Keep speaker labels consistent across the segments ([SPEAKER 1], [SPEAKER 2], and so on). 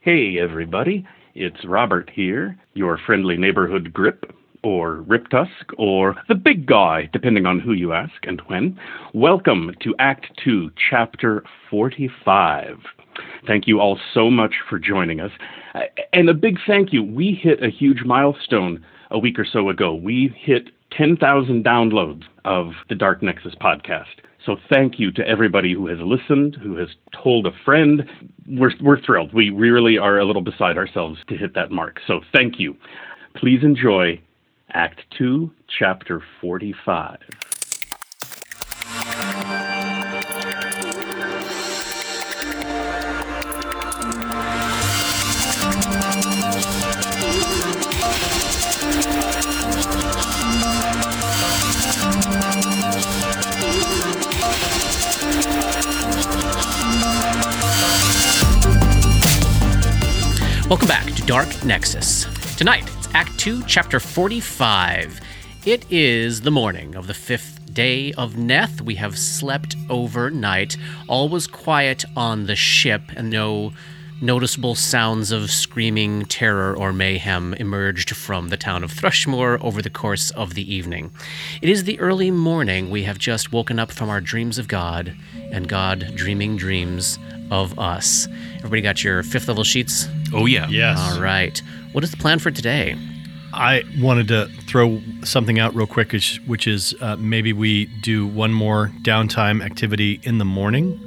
[SPEAKER 1] Hey, everybody, it's Robert here, your friendly neighborhood grip, or Rip Tusk, or the big guy, depending on who you ask and when. Welcome to Act 2, Chapter 45. Thank you all so much for joining us. Uh, And a big thank you. We hit a huge milestone a week or so ago. We hit 10,000 downloads of the Dark Nexus podcast. So thank you to everybody who has listened, who has told a friend. We're, we're thrilled. We really are a little beside ourselves to hit that mark. So thank you. Please enjoy Act 2, Chapter 45.
[SPEAKER 2] Welcome back to Dark Nexus. Tonight, it's Act 2, Chapter 45. It is the morning of the fifth day of Neth. We have slept overnight. All was quiet on the ship, and no noticeable sounds of screaming, terror, or mayhem emerged from the town of Thrushmore over the course of the evening. It is the early morning. We have just woken up from our dreams of God, and God dreaming dreams of us. Everybody got your fifth level sheets?
[SPEAKER 3] Oh yeah.
[SPEAKER 4] Yes.
[SPEAKER 2] All right. What is the plan for today?
[SPEAKER 4] I wanted to throw something out real quick, which, which is uh, maybe we do one more downtime activity in the morning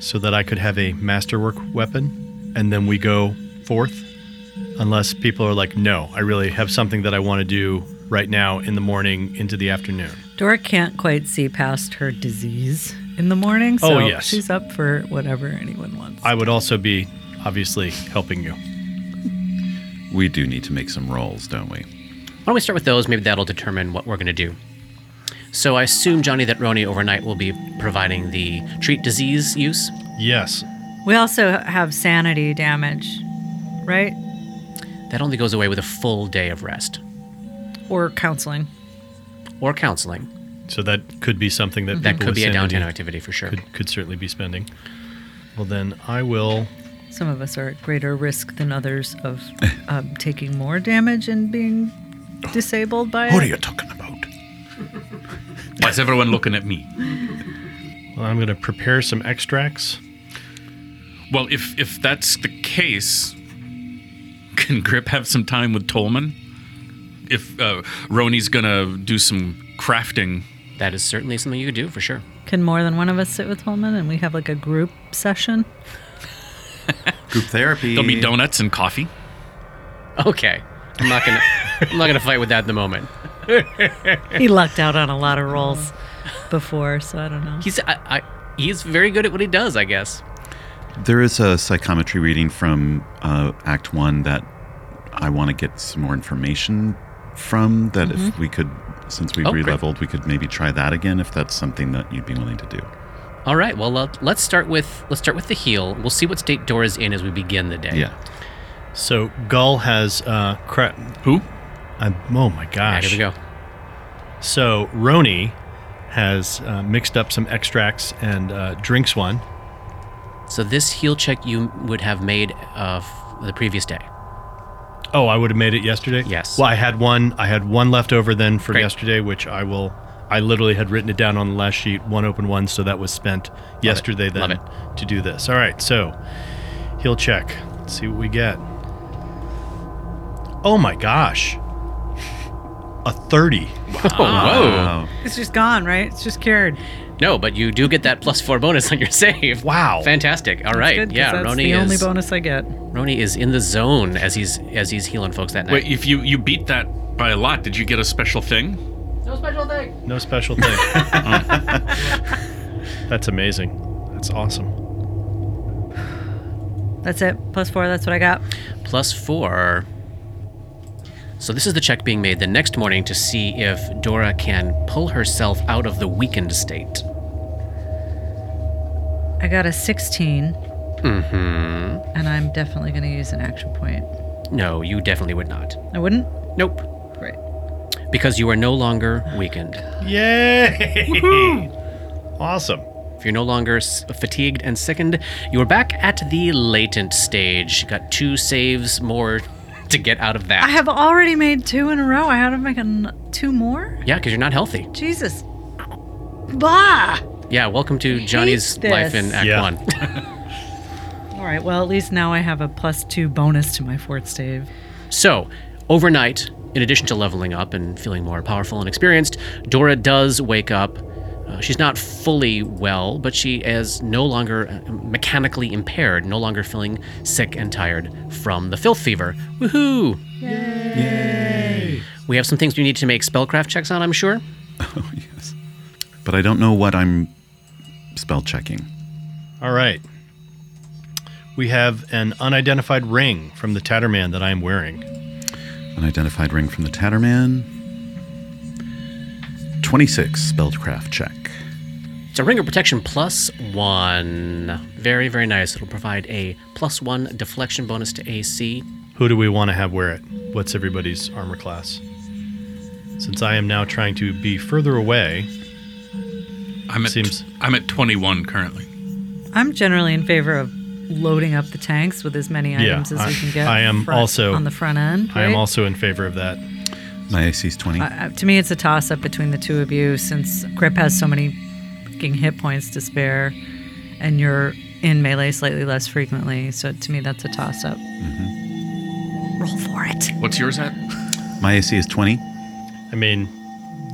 [SPEAKER 4] so that I could have a masterwork weapon and then we go forth. Unless people are like, no, I really have something that I want to do right now in the morning into the afternoon.
[SPEAKER 5] Dora can't quite see past her disease in the morning, so
[SPEAKER 4] Oh, yes.
[SPEAKER 5] she's up for whatever anyone wants.
[SPEAKER 4] I would also be obviously helping you.
[SPEAKER 3] We do need to make some rolls, don't we?
[SPEAKER 2] Why don't we start with those? Maybe that'll determine what we're going to do. So I assume, Johnny, that Roni overnight will be providing the treat disease use.
[SPEAKER 4] Yes.
[SPEAKER 5] we also have sanity damage, right?
[SPEAKER 2] That only goes away with a full day of rest
[SPEAKER 5] Or counseling.
[SPEAKER 2] or counseling.
[SPEAKER 4] So that could be something that
[SPEAKER 2] That
[SPEAKER 4] people
[SPEAKER 2] could
[SPEAKER 4] with
[SPEAKER 2] be a
[SPEAKER 4] sanity
[SPEAKER 2] downtown activity for sure.
[SPEAKER 4] could, could certainly be spending. Well, then I will.
[SPEAKER 5] Some of us are at greater risk than others of um, taking more damage and being disabled by it.
[SPEAKER 3] talking about? Why is everyone looking at me?
[SPEAKER 4] Well, I'm going to prepare some extracts.
[SPEAKER 6] Well, if if that's the case, can Grip have some time with Tolman? If uh, Roni's gonna do some crafting,
[SPEAKER 2] That is certainly something you could do for sure.
[SPEAKER 5] Can more than one of us sit with Holman and we have like a group session?
[SPEAKER 3] Group therapy.
[SPEAKER 6] there'll be donuts and coffee.
[SPEAKER 2] Okay. I'm not gonna. I'm not gonna fight with that at the moment.
[SPEAKER 5] He lucked out on a lot of rolls before, so I don't know.
[SPEAKER 2] He's I, I, he's very good at what he does, I guess.
[SPEAKER 7] There is a psychometry reading from uh, Act One that I want to get some more information from. That if
[SPEAKER 3] Mm-hmm.
[SPEAKER 7] we could, since we
[SPEAKER 2] Oh, great.
[SPEAKER 7] re-leveled, we could maybe try that again if that's something that you'd be willing to do.
[SPEAKER 2] All right. Well, uh, let's start with let's start with the heal. We'll see what state Dora's in as we begin the day.
[SPEAKER 7] Yeah.
[SPEAKER 4] So Gull has uh, crap.
[SPEAKER 6] Who?
[SPEAKER 4] I'm, oh my
[SPEAKER 2] All
[SPEAKER 4] gosh!
[SPEAKER 2] right, here we go.
[SPEAKER 4] So Roni has uh, mixed up some extracts and uh, drinks one.
[SPEAKER 2] So this heal check you would have made uh, f- the previous day.
[SPEAKER 4] Oh, I would have made it yesterday.
[SPEAKER 2] Yes.
[SPEAKER 4] Well, I had one. I had one left over then for
[SPEAKER 2] Great.
[SPEAKER 4] yesterday, which I will. I literally had written it down on the last sheet, one open one, so that was spent yesterday
[SPEAKER 2] Love
[SPEAKER 4] then
[SPEAKER 2] it.
[SPEAKER 4] to do this. All right, so he'll check. Let's see what we get. Oh my gosh. A 30.
[SPEAKER 2] Oh, whoa!
[SPEAKER 7] Oh,
[SPEAKER 5] It's just gone, right? It's just cured.
[SPEAKER 2] No, but you do get that plus four bonus on your save.
[SPEAKER 4] Wow.
[SPEAKER 2] Fantastic! All right,
[SPEAKER 5] Good, 'cause
[SPEAKER 2] yeah.
[SPEAKER 5] that's
[SPEAKER 2] Roni
[SPEAKER 5] the only
[SPEAKER 2] is
[SPEAKER 5] bonus I get.
[SPEAKER 2] Roni is in the zone as he's as he's healing folks that night.
[SPEAKER 6] Wait, if you you beat that by a lot, did you get a special thing?
[SPEAKER 4] No special thing. That's amazing. That's awesome.
[SPEAKER 5] That's it. Plus four. That's what I got.
[SPEAKER 2] Plus four. So this is the check being made the next morning to see if Dora can pull herself out of the weakened state.
[SPEAKER 5] I got a 16. Mm-hmm.
[SPEAKER 4] Mm-hmm.
[SPEAKER 5] And I'm definitely going to use an action point.
[SPEAKER 2] No, you definitely would not.
[SPEAKER 5] I wouldn't?
[SPEAKER 2] Nope,
[SPEAKER 5] Great.
[SPEAKER 2] because you are no longer weakened.
[SPEAKER 4] Yay! awesome.
[SPEAKER 2] If you're no longer s- fatigued and sickened, you are back at the latent stage. You got two saves more to get out of that.
[SPEAKER 5] I have already made two in a row. I had to make an, two more.
[SPEAKER 2] yeah, because you're not healthy.
[SPEAKER 5] Jesus. Bah.
[SPEAKER 2] Yeah, welcome to Johnny's
[SPEAKER 5] this.
[SPEAKER 2] life in Act
[SPEAKER 4] Yeah.
[SPEAKER 2] One.
[SPEAKER 5] All right. Well, at least now I have a plus two bonus to my fourth save.
[SPEAKER 2] So, overnight, in addition to leveling up and feeling more powerful and experienced, Dora does wake up. Uh, she's not fully well, but she is no longer uh, mechanically impaired, no longer feeling sick and tired from the filth fever. Woohoo! Yay! We have some things we need to make spellcraft checks on, I'm sure.
[SPEAKER 7] yes. But I don't know what I'm spell checking.
[SPEAKER 4] All right. We have an unidentified ring from the Tatterman that I am wearing.
[SPEAKER 7] Unidentified ring from the Tatterman. 26 spellcraft check.
[SPEAKER 2] It's a ring of protection plus one. Very, very nice. It'll provide a plus one deflection bonus to AC.
[SPEAKER 4] Who do we want to have wear it? What's everybody's armor class? Since I am now trying to be further away,
[SPEAKER 6] I'm at
[SPEAKER 4] Seems-
[SPEAKER 6] I'm at 21 currently.
[SPEAKER 5] I'm generally in favor of loading up the tanks with as many
[SPEAKER 4] Yeah,
[SPEAKER 5] items as
[SPEAKER 4] I-
[SPEAKER 5] we can get.
[SPEAKER 4] I am
[SPEAKER 5] front-
[SPEAKER 4] also-
[SPEAKER 5] on the front end.
[SPEAKER 4] I am
[SPEAKER 5] right?
[SPEAKER 4] also in favor of that.
[SPEAKER 7] My AC is 20.
[SPEAKER 5] Uh, to me, it's a toss up between the two of you since Grip has so many fucking hit points to spare and you're in melee slightly less frequently. So to me, that's a toss up. Roll for it.
[SPEAKER 6] What's yours at?
[SPEAKER 7] My AC is 20.
[SPEAKER 4] I mean,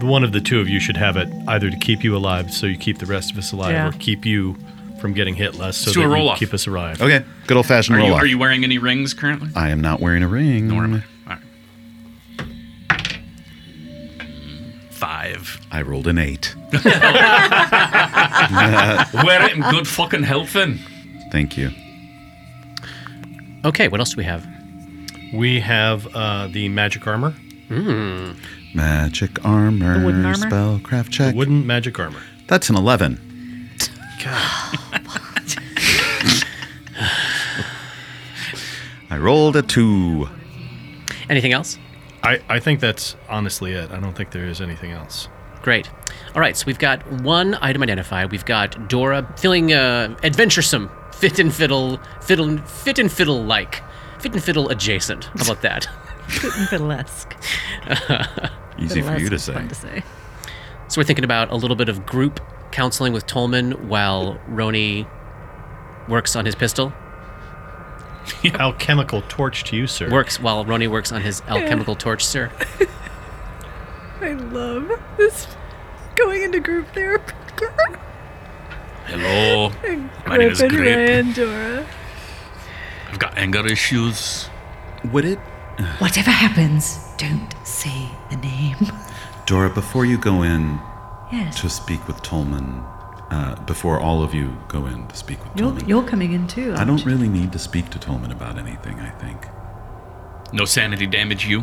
[SPEAKER 4] the one of the two of you should have it either to keep you alive so you keep the rest of us alive
[SPEAKER 5] Yeah.
[SPEAKER 4] or keep you from getting hit less so
[SPEAKER 6] Let's do a
[SPEAKER 4] that you
[SPEAKER 6] roll-off.
[SPEAKER 4] keep us alive.
[SPEAKER 7] Okay. Good old fashioned
[SPEAKER 6] Are you,
[SPEAKER 7] roll off.
[SPEAKER 6] are you wearing any rings currently?
[SPEAKER 7] I am not wearing a ring. Norm.
[SPEAKER 6] All right. Five.
[SPEAKER 7] I rolled an 8.
[SPEAKER 6] Wear it in good fucking health then.
[SPEAKER 7] Thank you.
[SPEAKER 2] Okay, what else do we have?
[SPEAKER 4] We have uh, the magic armor,
[SPEAKER 7] Magic armor,
[SPEAKER 5] The wooden armor?
[SPEAKER 7] spellcraft check.
[SPEAKER 4] wooden magic armor.
[SPEAKER 7] That's an 11. I rolled a 2.
[SPEAKER 2] Anything else?
[SPEAKER 4] I, I think that's honestly it. I don't think there is anything else.
[SPEAKER 2] Great. All right, so we've got one item identified. We've got Dora feeling uh, adventuresome, fit and fiddle, fiddle, fit and fiddle like, fit and fiddle adjacent. How about that?
[SPEAKER 5] Fiddlesque.
[SPEAKER 7] Easy for
[SPEAKER 5] Fiddlesque
[SPEAKER 7] you to
[SPEAKER 5] is
[SPEAKER 7] say.
[SPEAKER 5] Fun to say.
[SPEAKER 2] so we're thinking about a little bit of group counseling with Tolman while Roni works on his pistol.
[SPEAKER 4] Alchemical torch to you, sir.
[SPEAKER 2] Works while Roni works on his alchemical torch, sir.
[SPEAKER 5] I love this going into group therapy.
[SPEAKER 6] Hello. My name is
[SPEAKER 5] Grip and Ray
[SPEAKER 6] Grip.
[SPEAKER 5] and Dora.
[SPEAKER 6] I've got anger issues.
[SPEAKER 7] Would it?
[SPEAKER 8] Whatever happens, don't say the name.
[SPEAKER 7] Dora, before you go in
[SPEAKER 8] Yes.
[SPEAKER 7] to speak with Tolman, uh, before all of you go in to speak with
[SPEAKER 5] You're,
[SPEAKER 7] Tolman,
[SPEAKER 5] you're coming in too.
[SPEAKER 7] I
[SPEAKER 5] aren't
[SPEAKER 7] don't
[SPEAKER 5] you?
[SPEAKER 7] really need to speak to Tolman about anything, I think.
[SPEAKER 6] No sanity damage you.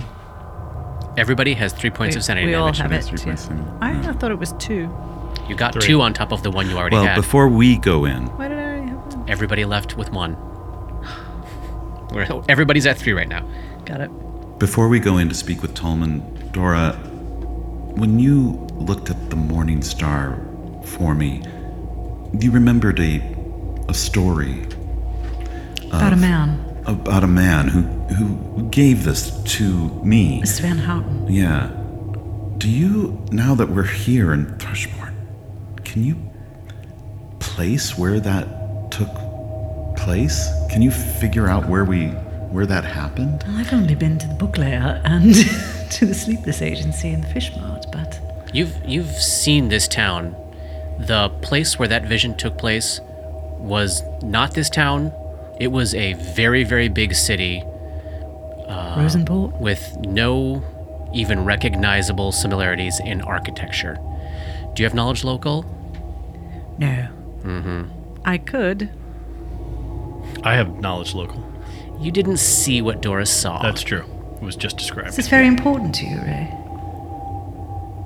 [SPEAKER 2] Everybody has three points
[SPEAKER 5] We-
[SPEAKER 2] of sanity
[SPEAKER 5] we all
[SPEAKER 2] damage.
[SPEAKER 5] have
[SPEAKER 7] That's
[SPEAKER 5] it.
[SPEAKER 7] three
[SPEAKER 5] too.
[SPEAKER 7] points in-
[SPEAKER 5] I, I thought it was two.
[SPEAKER 2] You got
[SPEAKER 4] Three.
[SPEAKER 2] two on top of the one you already
[SPEAKER 7] Well,
[SPEAKER 2] had.
[SPEAKER 7] before we go in,
[SPEAKER 5] Why did I already have one?
[SPEAKER 2] Everybody left with one. We're, everybody's at three right now.
[SPEAKER 5] Got it.
[SPEAKER 7] Uh, Before we go in to speak with Tolman, Dora, when you looked at the morning star for me, you remembered a a story
[SPEAKER 5] About a man,
[SPEAKER 7] about a man who who gave this to me.
[SPEAKER 5] Miss Van Houten.
[SPEAKER 7] Yeah. Do you now that we're here in Thrushmore, can you place where that took place? Can you figure out where we where that happened?
[SPEAKER 5] Well, I've only been to the book layout and to the sleepless agency and the fish mart, but
[SPEAKER 2] You've you've seen this town. The place where that vision took place was not this town. It was a very very big city Ah.
[SPEAKER 5] Rosenborg.
[SPEAKER 2] with no even recognizable similarities in architecture. Do you have knowledge local?
[SPEAKER 5] No.
[SPEAKER 2] Mm-hmm.
[SPEAKER 5] I could.
[SPEAKER 4] I have knowledge local.
[SPEAKER 2] You didn't see what Doris saw.
[SPEAKER 4] That's true. It was just described.
[SPEAKER 5] This is very important to you, Ray.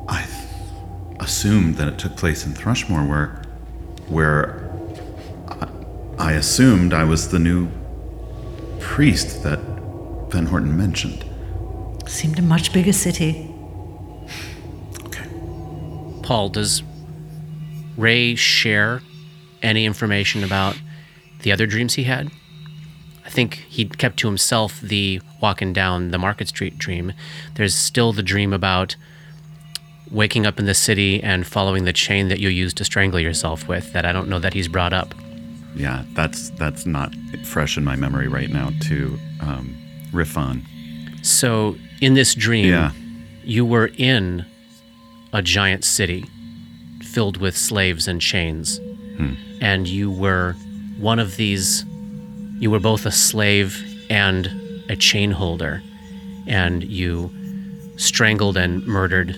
[SPEAKER 7] I th- assumed that it took place in Thrushmore, where, where I, I assumed I was the new priest that Van Horten mentioned.
[SPEAKER 8] Seemed a much bigger city.
[SPEAKER 2] Paul, does Ray share any information about the other dreams he had. I think he kept to himself the walking down the Market Street dream. There's still the dream about waking up in the city and following the chain that you used to strangle yourself with that I don't know that he's brought up.
[SPEAKER 7] Yeah, that's that's not fresh in my memory right now to um, riff on.
[SPEAKER 2] So in this dream,
[SPEAKER 7] Yeah.
[SPEAKER 2] you were in a giant city filled with slaves and chains, and you were one of these. You were both a slave and a chain holder, and you strangled and murdered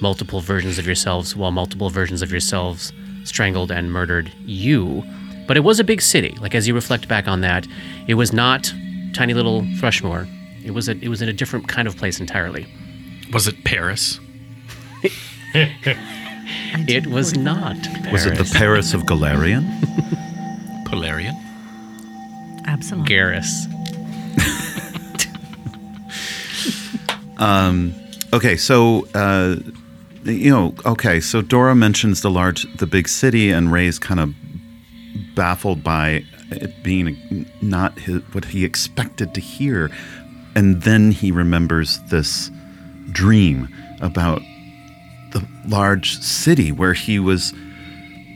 [SPEAKER 2] multiple versions of yourselves while multiple versions of yourselves strangled and murdered you. But it was a big city. Like as you reflect back on that, it was not tiny little Thrushmore. It was a, it was in a different kind of place entirely.
[SPEAKER 6] Was it Paris?
[SPEAKER 2] It was not.
[SPEAKER 7] Was it the
[SPEAKER 2] Paris.
[SPEAKER 7] Paris of Galarian?
[SPEAKER 6] Polarian?
[SPEAKER 5] Absalom.
[SPEAKER 2] Garrus?
[SPEAKER 7] Okay, so uh, you know, okay, so Dora mentions the large, the big city, and Ray's kind of baffled by it being not his, what he expected to hear, and then he remembers this dream about the large city where he was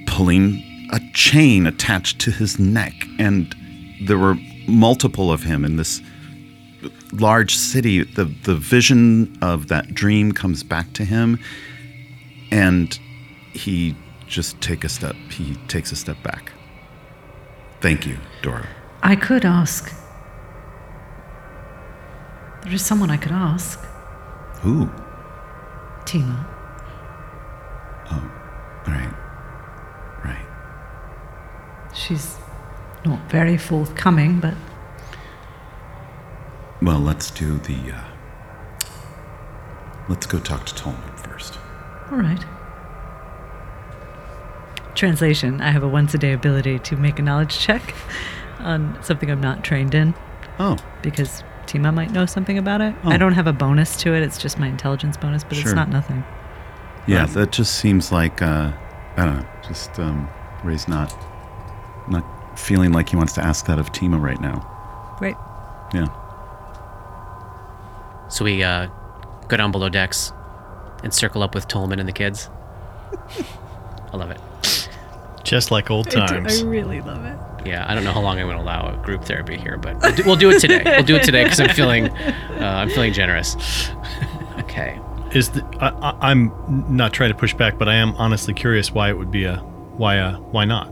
[SPEAKER 7] pulling a chain attached to his neck, and there were multiple of him in this large city, the the vision of that dream comes back to him, and he just take a step. He takes a step back. Thank you, Dora.
[SPEAKER 8] I could ask. There is someone I could ask.
[SPEAKER 7] Ooh,
[SPEAKER 8] Timo.
[SPEAKER 7] right, right.
[SPEAKER 8] She's not very forthcoming, but
[SPEAKER 7] Well, let's do the. Uh, let's go talk to Tolman first.
[SPEAKER 8] all right.
[SPEAKER 5] Translation I have a once a day ability to make a knowledge check on something I'm not trained in
[SPEAKER 7] Oh,
[SPEAKER 5] because Tima might know something about it. I don't have a bonus to it, it's just my intelligence bonus, but
[SPEAKER 7] Sure.
[SPEAKER 5] it's not nothing.
[SPEAKER 7] yeah. That just seems like uh, I don't know. Just um, Ray's not not feeling like he wants to ask that of Tima right now.
[SPEAKER 5] Right.
[SPEAKER 7] Yeah.
[SPEAKER 2] So we uh, go down below decks and circle up with Tolman and the kids. I love it.
[SPEAKER 4] Just like old times.
[SPEAKER 5] really love it.
[SPEAKER 2] Yeah, I don't know how long I'm going to allow group therapy here, but we'll do, we'll do it today. We'll do it today because I'm feeling, uh, I'm feeling generous. Okay.
[SPEAKER 4] Is the, I, I, I'm not trying to push back, but I am honestly curious why it would be a why a why not.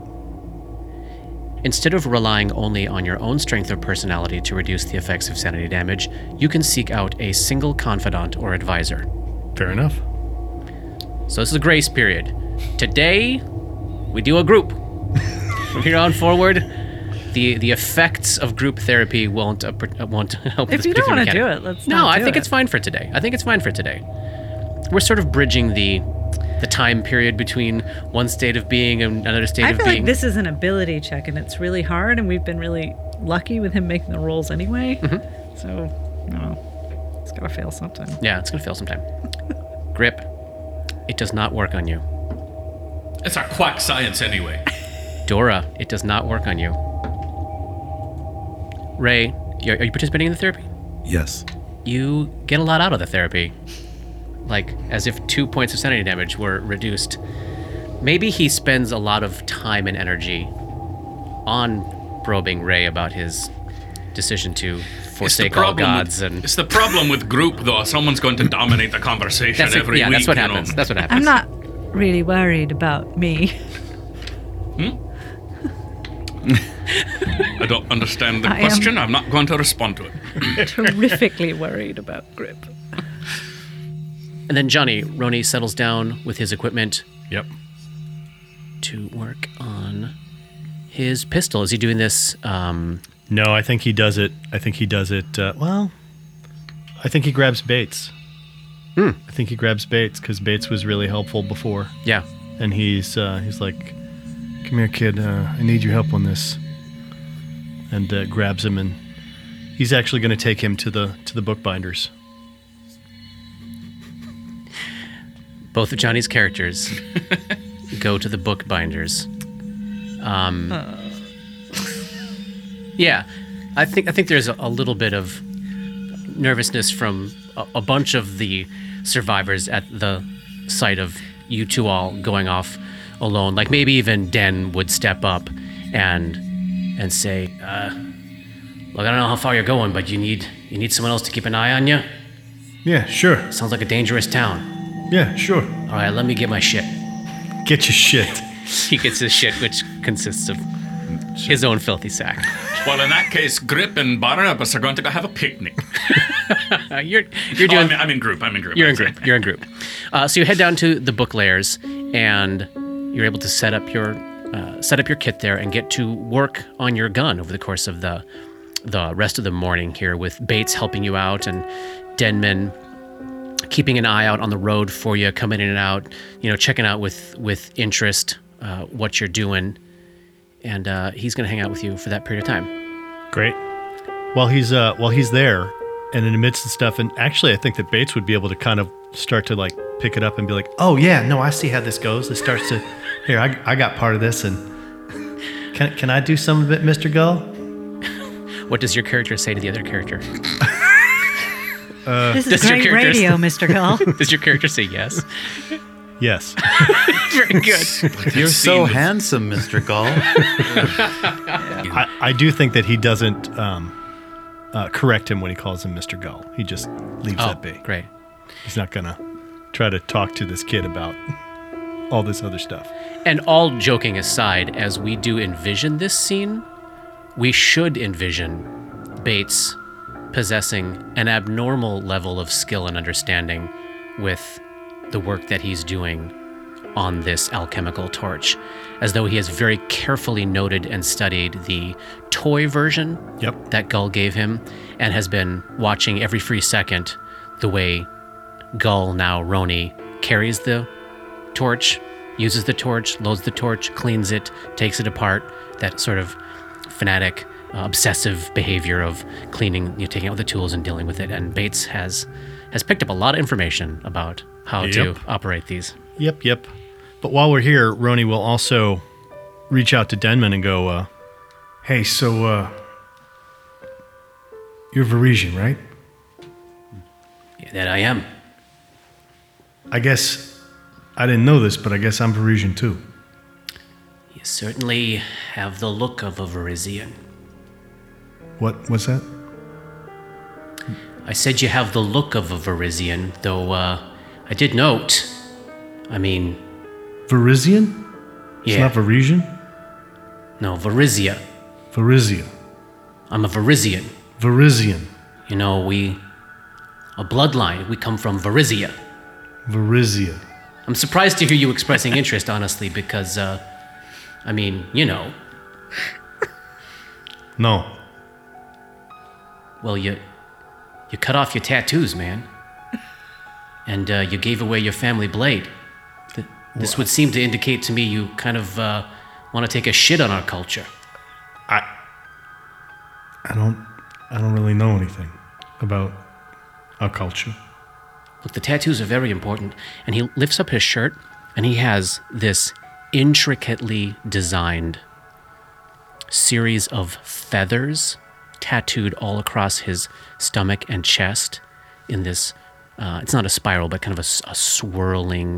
[SPEAKER 2] Instead of relying only on your own strength of personality to reduce the effects of sanity damage, you can seek out a single confidant or advisor.
[SPEAKER 4] Fair enough.
[SPEAKER 2] So this is a grace period. Today, we do a group. From here on forward, the the effects of group therapy won't uh, per- uh, won't help.
[SPEAKER 5] If
[SPEAKER 2] this
[SPEAKER 5] you don't
[SPEAKER 2] particular
[SPEAKER 5] wanna do
[SPEAKER 2] mechanic.
[SPEAKER 5] it, let's
[SPEAKER 2] No,
[SPEAKER 5] not
[SPEAKER 2] I
[SPEAKER 5] do
[SPEAKER 2] think
[SPEAKER 5] it.
[SPEAKER 2] it's fine for today. I think it's fine for today. We're sort of bridging the the time period between one state of being and another state
[SPEAKER 5] I
[SPEAKER 2] of
[SPEAKER 5] feel
[SPEAKER 2] being.
[SPEAKER 5] like this is an ability check and it's really hard, and we've been really lucky with him making the rolls anyway. So, no, it's got to fail sometime.
[SPEAKER 2] yeah, it's gonna fail sometime. Grip, it does not work on you.
[SPEAKER 6] It's our quack science anyway.
[SPEAKER 2] Dora, it does not work on you. Ray, you- are you participating in the therapy?
[SPEAKER 7] Yes.
[SPEAKER 2] you get a lot out of the therapy. Like, as if two points of sanity damage were reduced. Maybe he spends a lot of time and energy on probing Ray about his decision to forsake all gods
[SPEAKER 6] with,
[SPEAKER 2] and.
[SPEAKER 6] it's the problem with group though. Someone's going to dominate the conversation
[SPEAKER 2] That's it.
[SPEAKER 6] every
[SPEAKER 2] yeah,
[SPEAKER 6] week.
[SPEAKER 2] that's what
[SPEAKER 6] you know.
[SPEAKER 2] happens. That's what happens.
[SPEAKER 5] I'm not really worried about me.
[SPEAKER 6] I don't understand the
[SPEAKER 5] I am-
[SPEAKER 6] question. I'm not going to respond to it.
[SPEAKER 5] Terrifically worried about Grip.
[SPEAKER 2] And then Johnny, Roni settles down with his equipment
[SPEAKER 4] Yep.
[SPEAKER 2] to work on his pistol. Is he doing this? Um,
[SPEAKER 4] No, I think he does it. I think he does it. Uh, well, I think he grabs Bates. I think he grabs Bates because Bates was really helpful before,
[SPEAKER 2] yeah.
[SPEAKER 4] and he's uh, he's like, "Come here, kid. Uh, I need your help on this," and uh, grabs him, and he's actually going to take him to the to the bookbinders.
[SPEAKER 2] both of Johnny's characters go to the bookbinders. Um, yeah, I think I think there's a, a little bit of nervousness from a, a bunch of the survivors at the sight of you two all going off alone. Like maybe even Den would step up and and say, uh, "Look, I don't know how far you're going, but you need you need someone else to keep an eye on you.
[SPEAKER 4] Yeah, sure.
[SPEAKER 2] Sounds like a dangerous town.
[SPEAKER 4] Yeah, sure.
[SPEAKER 2] All right, let me get my shit."
[SPEAKER 4] Get your shit.
[SPEAKER 2] He gets his shit, which consists of his own filthy sack.
[SPEAKER 6] Well, in that case, Grip and Barnabas are going to go have a picnic.
[SPEAKER 2] Uh, you're you're
[SPEAKER 6] Oh,
[SPEAKER 2] doing
[SPEAKER 6] I'm, I'm in group. I'm in group.
[SPEAKER 2] You're in
[SPEAKER 6] I'm sorry.
[SPEAKER 2] group. You're in group. Uh, so you head down to the book layers, and you're able to set up your uh, set up your kit there and get to work on your gun over the course of the the rest of the morning here, with Bates helping you out and Denman keeping an eye out on the road for you, coming in and out, you know, checking out with with interest uh, what you're doing, and uh, he's going to hang out with you for that period of time.
[SPEAKER 4] Great. While he's uh while he's there and in the midst of stuff, and actually I think that Bates would be able to kind of start to like pick it up and be like, Oh yeah, no, I see how this goes. It starts to here, I, I got part of this and can can I do some of it, Mr. Gull?
[SPEAKER 2] What does your character say to the other character?
[SPEAKER 5] this is
[SPEAKER 2] does your
[SPEAKER 5] great
[SPEAKER 2] character-
[SPEAKER 5] radio, Mr. Gull.
[SPEAKER 2] Does your character say yes?
[SPEAKER 4] Yes.
[SPEAKER 2] Very good.
[SPEAKER 9] You're so
[SPEAKER 6] scene.
[SPEAKER 9] handsome, Mr. Gall.
[SPEAKER 4] I, I do think that he doesn't um, uh, correct him when he calls him Mr. Gull. He just leaves
[SPEAKER 2] Oh,
[SPEAKER 4] that be.
[SPEAKER 2] great.
[SPEAKER 4] He's not gonna try to talk to this kid about all this other stuff.
[SPEAKER 2] And all joking aside, as we do envision this scene, we should envision Bates possessing an abnormal level of skill and understanding with the work that he's doing on this alchemical torch, as though he has very carefully noted and studied the toy version
[SPEAKER 4] Yep.
[SPEAKER 2] that Gull gave him and has been watching every free second the way Gull, now Roni, carries the torch, uses the torch, loads the torch, cleans it, takes it apart. That sort of fanatic, uh, obsessive behavior of cleaning, you know, taking out the tools and dealing with it. And Bates has has picked up a lot of information about how to
[SPEAKER 4] Yep.
[SPEAKER 2] operate these.
[SPEAKER 4] Yep, yep. But while we're here, Roni will also reach out to Denman and go, uh, "Hey, so uh, you're Varisian, right?
[SPEAKER 2] That I am.
[SPEAKER 4] I guess I didn't know this, but I guess I'm Varisian too.
[SPEAKER 2] You certainly have the look of a Verizian.
[SPEAKER 4] What? What's that?
[SPEAKER 2] I said you have the look of a Verizian, though uh, I did note. I mean,
[SPEAKER 4] Varisian? It's
[SPEAKER 2] yeah,
[SPEAKER 4] not Varisian.
[SPEAKER 2] no, Verizia.
[SPEAKER 4] Varisia.
[SPEAKER 2] I'm a Verizian.
[SPEAKER 4] Varisian.
[SPEAKER 2] You know, we a bloodline. We come from Verizia.
[SPEAKER 4] Varisia.
[SPEAKER 2] I'm surprised to hear you expressing interest, honestly, because uh, I mean, you know,
[SPEAKER 4] No.
[SPEAKER 2] well, you you cut off your tattoos, man, and uh, you gave away your family blade. Th- This would seem to indicate to me you kind of uh, want to take a shit on our culture.
[SPEAKER 4] I don't I don't really know anything about our culture.
[SPEAKER 2] Look, the tattoos are very important. And he lifts up his shirt and he has this intricately designed series of feathers tattooed all across his stomach and chest in this, uh, it's not a spiral, but kind of a s a a swirling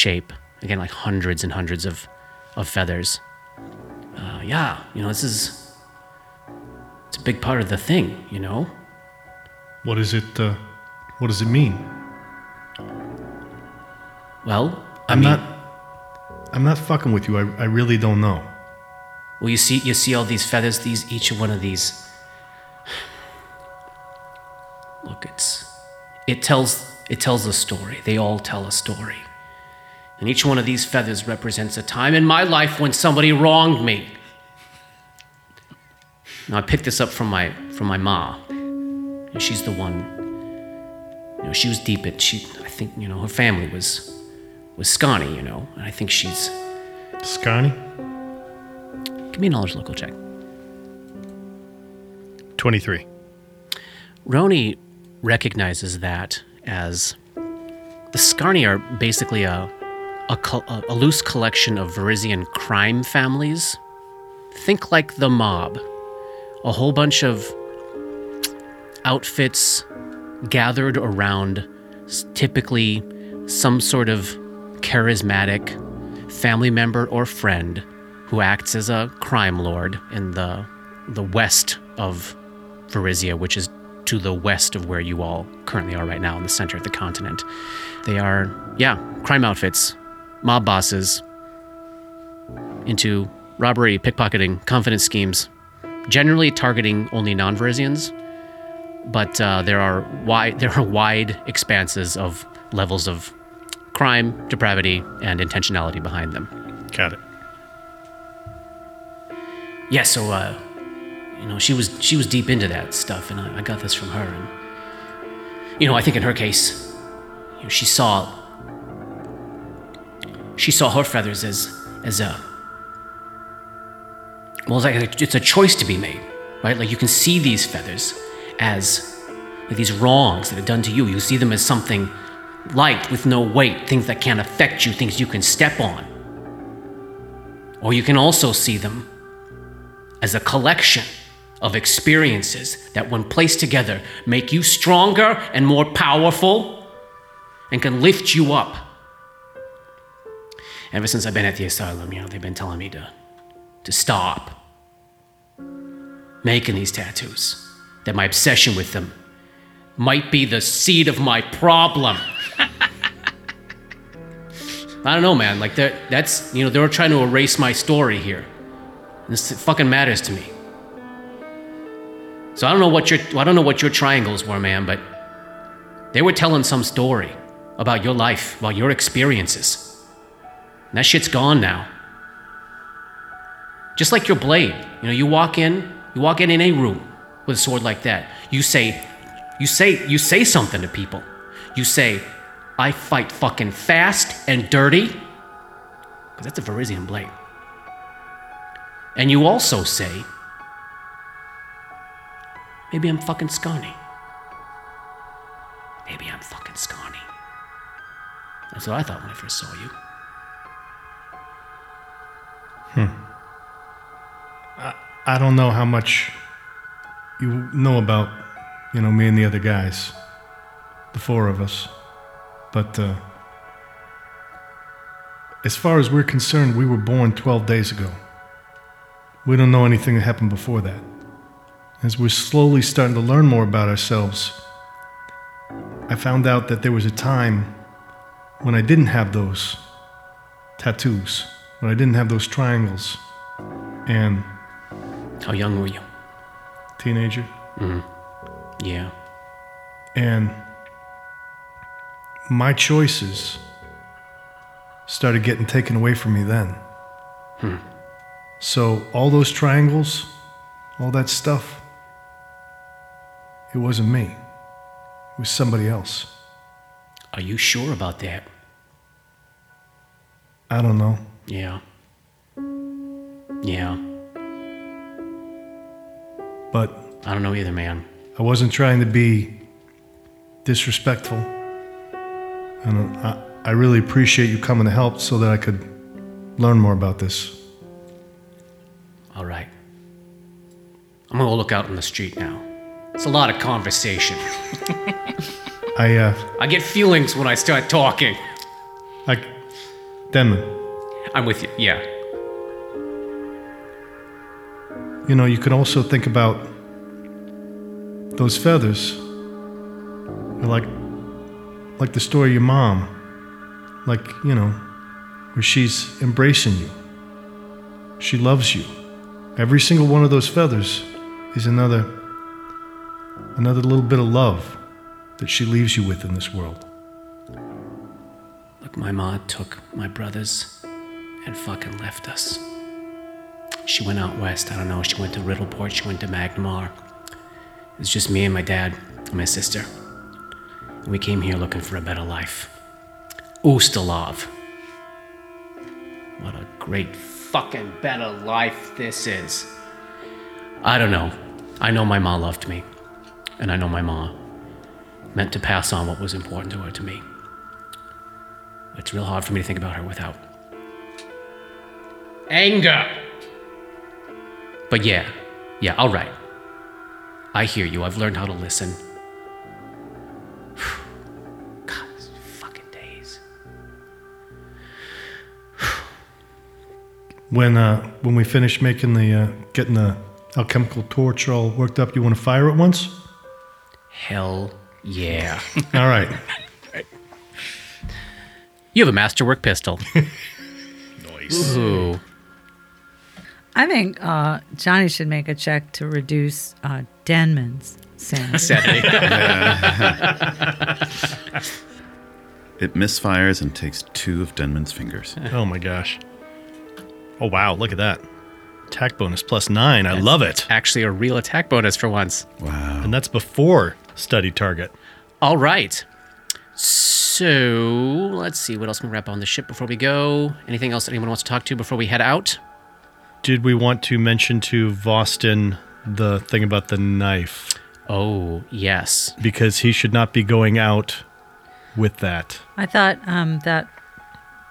[SPEAKER 2] shape. Again, like hundreds and hundreds of, of feathers. Uh, yeah, you know, this is, it's a big part of the thing, you know?
[SPEAKER 4] What is it uh, what does it mean?
[SPEAKER 2] Well, I
[SPEAKER 4] I'm
[SPEAKER 2] mean,
[SPEAKER 4] not I'm not fucking with you. I, I really don't know.
[SPEAKER 2] Well, you see, you see all these feathers. These, each one of these. Look, it's, it tells, it tells a story. They all tell a story, and each one of these feathers represents a time in my life when somebody wronged me. Now I picked this up from my from my ma. And she's the one. You know, she was deep in. She, I think, you know, her family was, was scrawny. You know, and I think she's.
[SPEAKER 4] Scotty?
[SPEAKER 2] Give me a knowledge local check.
[SPEAKER 4] Twenty three.
[SPEAKER 2] Roni recognizes that as the Scarni are basically a, a, col- a- a loose collection of Verisian crime families. Think like the mob. A whole bunch of outfits gathered around s- typically some sort of charismatic family member or friend who acts as a crime lord in the the west of Verisia, which is to the west of where you all currently are right now in the center of the continent. They are, yeah, crime outfits, mob bosses, into robbery, pickpocketing, confidence schemes, generally targeting only non-Verisians. But uh, there are wide there are wide expanses of levels of crime, depravity, and intentionality behind them.
[SPEAKER 4] Got it.
[SPEAKER 2] Yeah, so uh, you know, she was she was deep into that stuff, and I, I got this from her. And you know, I think in her case, you know, she saw she saw her feathers as as a well, it's like a, it's a choice to be made, right? Like you can see these feathers as like these wrongs that are done to you. You see them as something light with no weight, things that can't affect you, things you can step on. Or you can also see them as a collection of experiences that, when placed together, make you stronger and more powerful and can lift you up. Ever since I've been at the asylum, you know, they've been telling me to, to stop making these tattoos, that my obsession with them might be the seed of my problem. I don't know, man. Like, that that's, you know, they were trying to erase my story here. This fucking matters to me. So I don't know what your I don't know what your triangles were, man, but they were telling some story about your life, about your experiences. And that shit's gone now. Just like your blade. You know, you walk in, you walk in in a room with a sword like that. You say you say you say something to people. You say, "I fight fucking fast and dirty." Cuz that's a Verizian blade. And you also say, maybe I'm fucking scrawny. Maybe I'm fucking scrawny. That's what I thought when I first saw you.
[SPEAKER 4] I don't know how much you know about, you know, me and the other guys, the four of us, but uh, as far as we're concerned, we were born 12 days ago. We don't know anything that happened before that. As we're slowly starting to learn more about ourselves, I found out that there was a time when I didn't have those tattoos, when I didn't have those triangles, and
[SPEAKER 2] How young were you?
[SPEAKER 4] teenager.
[SPEAKER 2] Yeah.
[SPEAKER 4] And my choices started getting taken away from me then. So, all those triangles, all that stuff, it wasn't me. It was somebody else.
[SPEAKER 2] Are you sure about that?
[SPEAKER 4] I don't know.
[SPEAKER 2] Yeah. Yeah.
[SPEAKER 4] But
[SPEAKER 2] I don't know either, man.
[SPEAKER 4] I wasn't trying to be disrespectful. And I, I really appreciate you coming to help so that I could learn more about this.
[SPEAKER 2] All right. I'm gonna go look out on the street now. It's a lot of conversation.
[SPEAKER 4] I, uh,
[SPEAKER 2] I get feelings when I start talking.
[SPEAKER 4] I, Denman.
[SPEAKER 2] I'm with you. Yeah.
[SPEAKER 4] You know, you can also think about those feathers. They're like like the story of your mom. Like, you know, where she's embracing you. She loves you. Every single one of those feathers is another another little bit of love that she leaves you with in this world.
[SPEAKER 2] Look, my ma took my brothers and fucking left us. She went out west. I don't know. She went to Riddleport. She went to Magnemar. It was just me and my dad and my sister. And we came here looking for a better life. Ustalov. What a great fucking better life this is. I don't know. I know my ma loved me. And I know my ma meant to pass on what was important to her to me. It's real hard for me to think about her without anger. But yeah, yeah, all right. I hear you. I've learned how to listen. God, these fucking days.
[SPEAKER 4] When uh, when we finish making the uh, getting the alchemical torch all worked up, you want to fire it once?
[SPEAKER 2] Hell yeah.
[SPEAKER 4] All right.
[SPEAKER 2] you have a masterwork pistol. nice. Ooh.
[SPEAKER 5] I think uh, Johnny should make a check to reduce uh, Denman's sanity.
[SPEAKER 2] Sanity.
[SPEAKER 7] It misfires and takes two of Denman's fingers.
[SPEAKER 4] Oh my gosh. Oh wow! Look at that. Attack bonus plus nine. I love it.
[SPEAKER 2] Actually, a real attack bonus for once.
[SPEAKER 7] Wow.
[SPEAKER 4] And that's before study target.
[SPEAKER 2] All right. So let's see what else can we wrap on the ship before we go. Anything else anyone wants to talk to before we head out?
[SPEAKER 4] Did we want to mention to Vostin the thing about the knife?
[SPEAKER 2] Oh yes.
[SPEAKER 4] Because he should not be going out with that.
[SPEAKER 5] I thought um, that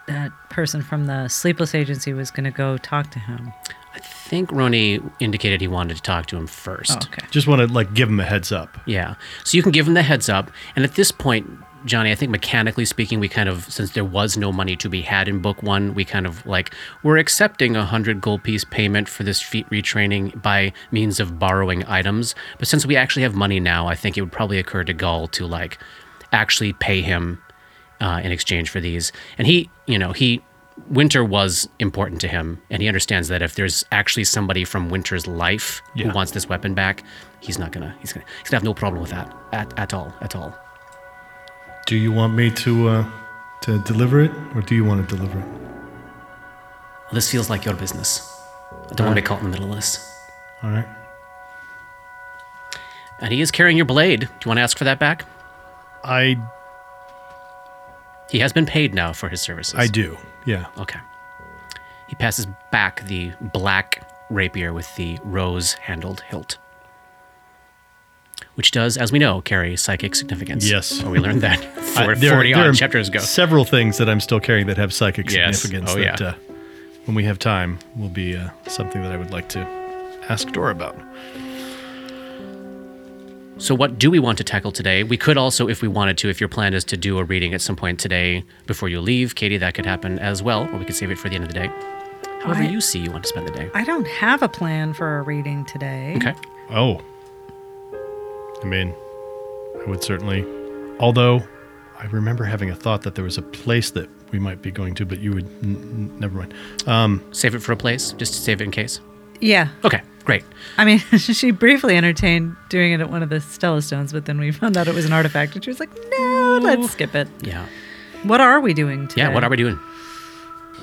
[SPEAKER 5] that person from the Sleepless Agency was going to go talk to him.
[SPEAKER 2] I think Ronnie indicated he wanted to talk to him first.
[SPEAKER 5] Oh, okay.
[SPEAKER 4] Just want to like give him a heads up.
[SPEAKER 2] Yeah. So you can give him the heads up. And at this point, Johnny, I think mechanically speaking, we kind of, since there was no money to be had in book one, we kind of like, we're accepting a hundred gold piece payment for this feat retraining by means of borrowing items. But since we actually have money now, I think it would probably occur to Gull to like actually pay him uh, in exchange for these. And he, you know, he, Winter was important to him, and he understands that if there's actually somebody from Winter's life
[SPEAKER 4] Yeah.
[SPEAKER 2] who wants this weapon back, he's not gonna, he's gonna, he's gonna have no problem with that at, at all, at all.
[SPEAKER 4] Do you want me to uh, to deliver it, or do you want to deliver it?
[SPEAKER 2] This feels like your business. I don't
[SPEAKER 4] Uh.
[SPEAKER 2] want to be caught in the middle of this.
[SPEAKER 4] All right.
[SPEAKER 2] And he is carrying your blade. Do you want to ask for that back?
[SPEAKER 4] I
[SPEAKER 2] He has been paid now for his services.
[SPEAKER 4] I do. Yeah.
[SPEAKER 2] Okay. He passes back the black rapier with the rose handled hilt, which does, as we know, carry psychic significance.
[SPEAKER 4] Yes.
[SPEAKER 2] We learned that for
[SPEAKER 4] I-
[SPEAKER 2] 40
[SPEAKER 4] are
[SPEAKER 2] odd chapters ago.
[SPEAKER 4] Several things that I'm still carrying that have psychic
[SPEAKER 2] Yes.
[SPEAKER 4] significance.
[SPEAKER 2] Oh,
[SPEAKER 4] that,
[SPEAKER 2] yeah.
[SPEAKER 4] uh, when we have time, will be uh, something that I would like to ask Dora about.
[SPEAKER 2] So, what do we want to tackle today? We could also, if we wanted to, if your plan is to do a reading at some point today before you leave, Katie, that could happen as well, or we could save it for the end of the day. However,
[SPEAKER 5] I-
[SPEAKER 2] you see you want to spend the day.
[SPEAKER 5] I don't have a plan for a reading today.
[SPEAKER 2] Okay.
[SPEAKER 4] Oh. I mean, I would certainly. Although, I remember having a thought that there was a place that we might be going to, but you would. N- n- never mind.
[SPEAKER 2] Save it for a place, just to save it in case.
[SPEAKER 5] Yeah.
[SPEAKER 2] Okay, great.
[SPEAKER 5] I mean, she briefly entertained doing it at one of the Stella Stones, but then we found out it was an artifact, and she was like, no, let's skip it.
[SPEAKER 2] Yeah.
[SPEAKER 5] What are we doing today?
[SPEAKER 2] Yeah, what are we doing?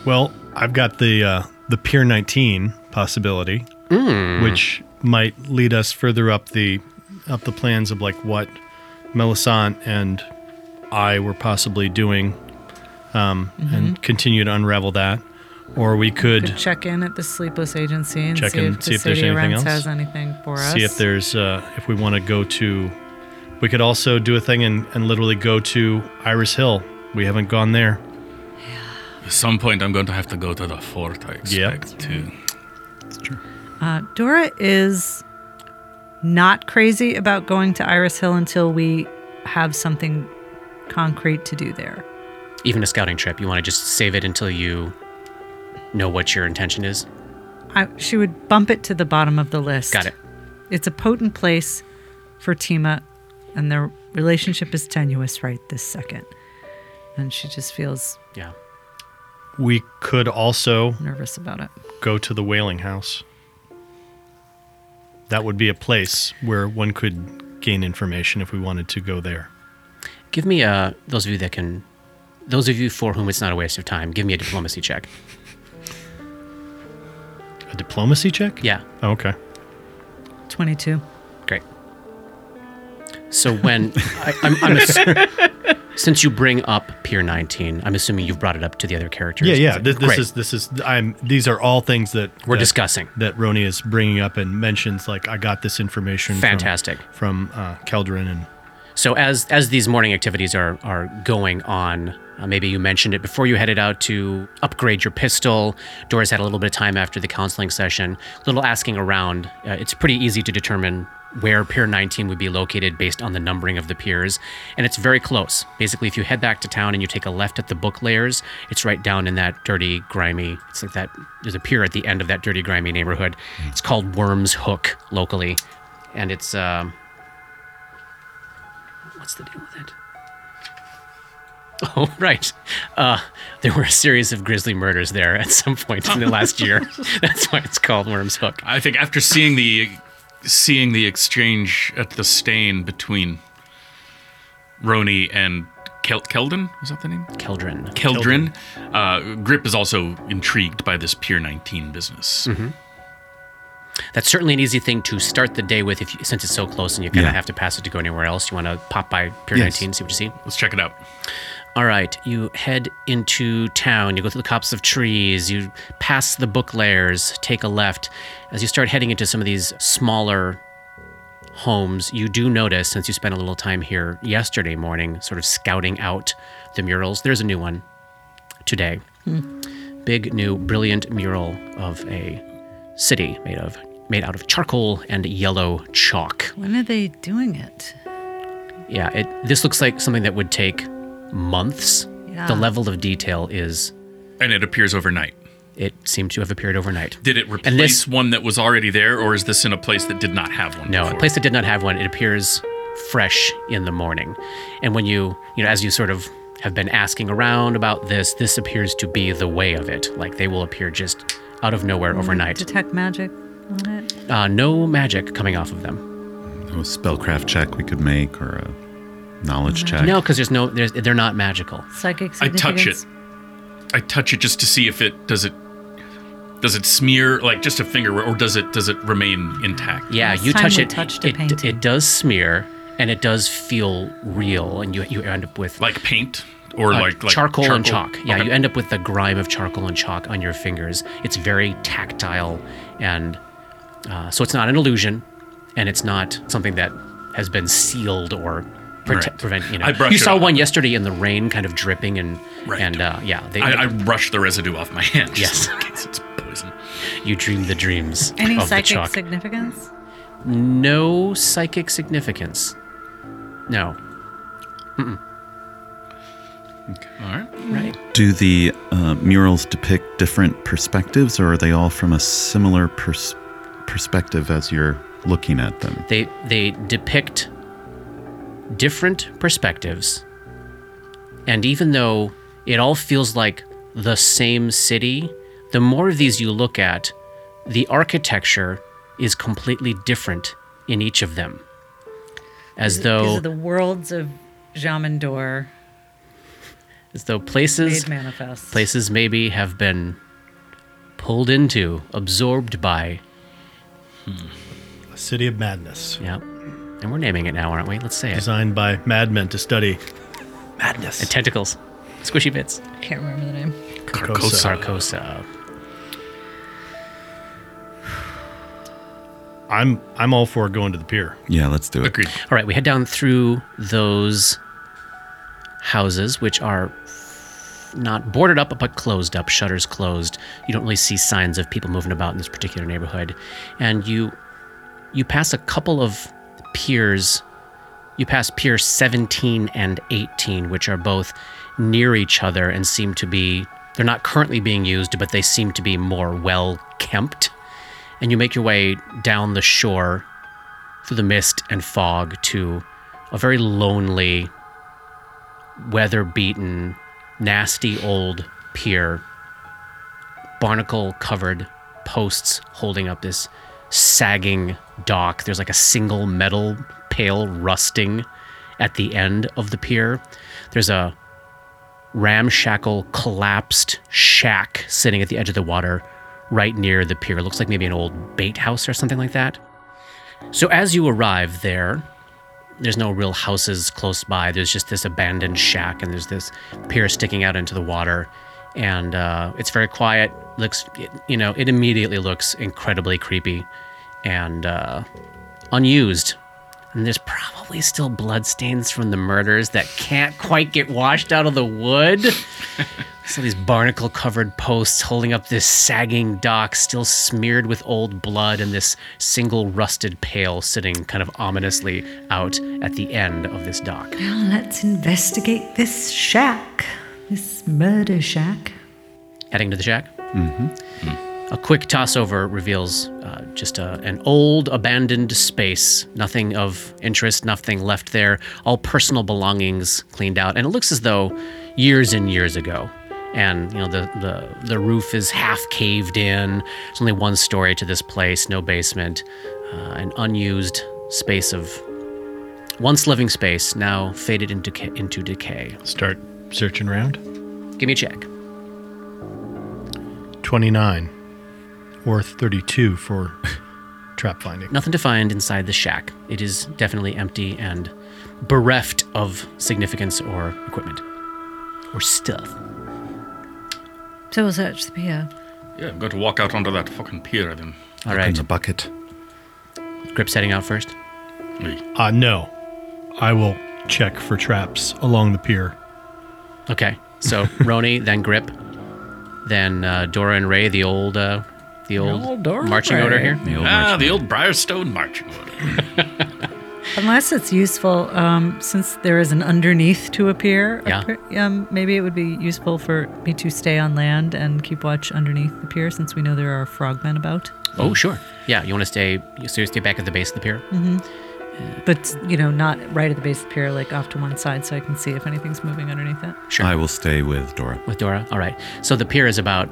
[SPEAKER 4] Well, I've got the uh, the Pier 19 possibility, which might lead us further up the up the plans of like what Melisant and I were possibly doing, um,
[SPEAKER 5] Mm-hmm.
[SPEAKER 4] and continue to unravel that. Or we could
[SPEAKER 5] Could check in at the Sleepless Agency and
[SPEAKER 4] Check
[SPEAKER 5] see
[SPEAKER 4] in,
[SPEAKER 5] if the
[SPEAKER 4] see if there's
[SPEAKER 5] city
[SPEAKER 4] anything
[SPEAKER 5] rents
[SPEAKER 4] else.
[SPEAKER 5] has anything for us.
[SPEAKER 4] see if there's uh, if we want to go to. We could also do a thing and, and literally go to Iris Hill. We haven't gone there.
[SPEAKER 6] At some point, I'm going to have to go to the fort, I expect,
[SPEAKER 4] Yeah.
[SPEAKER 6] too.
[SPEAKER 5] Uh, Dora is not crazy about going to Iris Hill until we have something concrete to do there.
[SPEAKER 2] Even a scouting trip, you want to just save it until you know what your intention is?
[SPEAKER 5] I, she would bump it to the bottom of the list.
[SPEAKER 2] Got it.
[SPEAKER 5] It's a potent place for Tima, and their relationship is tenuous right this second. And she just feels
[SPEAKER 2] Yeah.
[SPEAKER 4] We could also
[SPEAKER 5] nervous about it.
[SPEAKER 4] go to the Whaling House. That would be a place where one could gain information if we wanted to go there.
[SPEAKER 2] Give me a, those of you that can, those of you for whom it's not a waste of time, give me a diplomacy check.
[SPEAKER 4] A diplomacy check?
[SPEAKER 2] Yeah.
[SPEAKER 4] Oh, okay.
[SPEAKER 5] 22.
[SPEAKER 2] Great. So when I, I'm, I'm ass- since you bring up Pier 19, I'm assuming you've brought it up to the other characters.
[SPEAKER 4] Yeah, yeah. This, this
[SPEAKER 2] Great.
[SPEAKER 4] is this is I'm these are all things that
[SPEAKER 2] We're
[SPEAKER 4] that-
[SPEAKER 2] discussing.
[SPEAKER 4] that Roni is bringing up and mentions like I got this information from-
[SPEAKER 2] Fantastic.
[SPEAKER 4] from, uh Keldrin and
[SPEAKER 2] So as as these morning activities are are going on, Uh, maybe you mentioned it before you headed out to upgrade your pistol. Doris had a little bit of time after the counseling session, a little asking around. Uh, it's pretty easy to determine where Pier 19 would be located based on the numbering of the piers, and it's very close. Basically, if you head back to town and you take a left at the book layers, it's right down in that dirty, grimy. It's like that. There's a pier at the end of that dirty, grimy neighborhood. It's called Worms Hook locally, and it's. Um, what's the deal with it? Oh, right. Uh, there were a series of grisly murders there at some point in the last year. That's why it's called Worms Hook.
[SPEAKER 6] I think after seeing the seeing the exchange at the stain between Roni and Kel- Keldon, was that the name?
[SPEAKER 2] Keldrin.
[SPEAKER 6] Keldrin. Uh, Grip is also intrigued by this Pier 19 business.
[SPEAKER 2] Mm-hmm. That's certainly an easy thing to start the day with if you, since it's so close and you kind of
[SPEAKER 7] Yeah.
[SPEAKER 2] have to pass it to go anywhere else. You want to pop by Pier
[SPEAKER 7] Yes.
[SPEAKER 2] 19, see what you see?
[SPEAKER 6] Let's check it out.
[SPEAKER 2] All right, you head into town. You go through the copse of trees. You pass the book layers. Take a left. As you start heading into some of these smaller homes, you do notice since you spent a little time here yesterday morning, sort of scouting out the murals. There's a new one today. Big new brilliant mural of a city made of made out of charcoal and yellow chalk.
[SPEAKER 5] When are they doing it?
[SPEAKER 2] Yeah, it, this looks like something that would take months.
[SPEAKER 5] Yeah.
[SPEAKER 2] The level of detail is,
[SPEAKER 6] And it appears overnight.
[SPEAKER 2] it seemed to have appeared overnight.
[SPEAKER 6] Did it replace
[SPEAKER 2] And this-
[SPEAKER 6] one that was already there, or is this in a place that did not have one?
[SPEAKER 2] No, a
[SPEAKER 6] before?
[SPEAKER 2] place that did not have one, it appears fresh in the morning. And when you, you know, as you sort of have been asking around about this, this appears to be the way of it. Like they will appear just out of nowhere overnight.
[SPEAKER 5] Detect magic on it?
[SPEAKER 2] Uh, no magic coming off of them.
[SPEAKER 7] A spellcraft check we could make or a knowledge check.
[SPEAKER 2] Uh, No, because there's no, there's, they're not magical.
[SPEAKER 5] Psychic
[SPEAKER 6] I touch it.
[SPEAKER 5] significance?
[SPEAKER 6] I touch it just to see if it does it. Does it smear like just a finger, or does it does it remain intact?
[SPEAKER 2] Yeah,
[SPEAKER 5] Last
[SPEAKER 2] you
[SPEAKER 5] time
[SPEAKER 2] touch
[SPEAKER 5] we
[SPEAKER 2] it.
[SPEAKER 5] touched a
[SPEAKER 2] it,
[SPEAKER 5] painting.
[SPEAKER 2] it does smear, and it does feel real, and you you end up with
[SPEAKER 6] Like paint, or
[SPEAKER 2] uh,
[SPEAKER 6] like, like
[SPEAKER 2] charcoal, and chalk. Yeah,
[SPEAKER 6] Okay.
[SPEAKER 2] you end up with the grime of charcoal and chalk on your fingers. It's very tactile, and uh, so it's not an illusion, and it's not something that has been sealed or prote-
[SPEAKER 6] Right.
[SPEAKER 2] prevent. You know,
[SPEAKER 6] I brush
[SPEAKER 2] you
[SPEAKER 6] it
[SPEAKER 2] saw
[SPEAKER 6] off.
[SPEAKER 2] one yesterday in the rain, kind of dripping, and
[SPEAKER 6] Right.
[SPEAKER 2] and uh, yeah, they,
[SPEAKER 6] I, I brush the residue off my hand.
[SPEAKER 2] Yes.
[SPEAKER 6] just in case it's poison.
[SPEAKER 2] you dream the dreams
[SPEAKER 5] Any
[SPEAKER 2] of the
[SPEAKER 5] psychic
[SPEAKER 2] chalk.
[SPEAKER 5] significance?
[SPEAKER 2] no psychic significance. No.
[SPEAKER 6] All right.
[SPEAKER 2] Right.
[SPEAKER 7] Do the uh, murals depict different perspectives, or are they all from a similar pers- perspective as you're looking at them?
[SPEAKER 2] They they depict different perspectives. And even though it all feels like the same city, the more of these you look at, the architecture is completely different in each of them. As
[SPEAKER 5] These
[SPEAKER 2] though
[SPEAKER 5] are the worlds of Jamandor
[SPEAKER 2] as though places
[SPEAKER 5] made manifest.
[SPEAKER 2] places maybe have been pulled into, absorbed by.
[SPEAKER 4] A city of madness,
[SPEAKER 2] Yeah. And we're naming it now, aren't we? Let's say it.
[SPEAKER 4] designed by madmen to study madness.
[SPEAKER 2] Tentacles. Squishy bits.
[SPEAKER 5] Can't remember the name.
[SPEAKER 4] Carcosa.
[SPEAKER 2] Sarcosa.
[SPEAKER 4] I'm I'm all for going to the pier.
[SPEAKER 7] Yeah, let's do it.
[SPEAKER 6] Agreed.
[SPEAKER 2] All right, we head down through those houses, which are not boarded up, but closed up, shutters closed. You don't really see signs of people moving about in this particular neighborhood. And you you pass a couple of piers. You pass pier 17 and 18, which are both near each other and seem to be they're not currently being used, but they seem to be more well kempt. And you make your way down the shore through the mist and fog to a very lonely, weather beaten, nasty old pier, barnacle covered posts holding up this sagging dock. There's like a single metal pail rusting at the end of the pier. There's a ramshackle, collapsed shack sitting at the edge of the water right near the pier. It looks like maybe an old bait house or something like that. So as you arrive there, there's no real houses close by. There's just this abandoned shack, and there's this pier sticking out into the water, and uh, it's very quiet. Looks, it, you know, it immediately looks incredibly creepy, and uh, unused. and there's probably still bloodstains from the murders that can't quite get washed out of the wood. so these barnacle covered posts holding up this sagging dock, still smeared with old blood, and this single rusted pail sitting kind of ominously out at the end of this dock.
[SPEAKER 8] Well, let's investigate this shack, this murder shack.
[SPEAKER 2] Heading to the shack? Mm-hmm. A quick toss over reveals uh, just a, an old, abandoned space. Nothing of interest, nothing left there. All personal belongings cleaned out. And it looks as though years and years ago. And, you know, the, the, the roof is half caved in. There's only one story to this place, no basement. Uh, an unused space of once living space, now faded into, ca- into decay.
[SPEAKER 4] Start searching around.
[SPEAKER 2] Give me a check.
[SPEAKER 4] 29 or 32 for trap finding.
[SPEAKER 2] Nothing to find inside the shack. It is definitely empty and bereft of significance or equipment or stuff.
[SPEAKER 5] So we'll search the pier.
[SPEAKER 6] Yeah, I'm going to walk out onto that fucking pier then.
[SPEAKER 2] All
[SPEAKER 7] In
[SPEAKER 2] right,
[SPEAKER 7] the bucket.
[SPEAKER 2] Grip's heading out first.
[SPEAKER 4] Uh, no. I will check for traps along the pier.
[SPEAKER 2] Okay, so Roni, then Grip, then uh, Dora and Ray, the old, uh, the old,
[SPEAKER 5] old Dora and
[SPEAKER 2] marching order
[SPEAKER 5] Ray.
[SPEAKER 2] here.
[SPEAKER 6] Ah, the old Briarstone marching order.
[SPEAKER 5] Unless it's useful, um, since there is an underneath to appear, a
[SPEAKER 2] Yeah.
[SPEAKER 5] pier, um, maybe it would be useful for me to stay on land and keep watch underneath the pier since we know there are frogmen about.
[SPEAKER 2] Oh, sure. Yeah, you want to stay? So you stay back at the base of the pier.
[SPEAKER 5] But, you know, not right at the base of the pier, like off to one side so I can see if anything's moving underneath it.
[SPEAKER 2] Sure.
[SPEAKER 7] I will stay with Dora.
[SPEAKER 2] with Dora. All right. So the pier is about,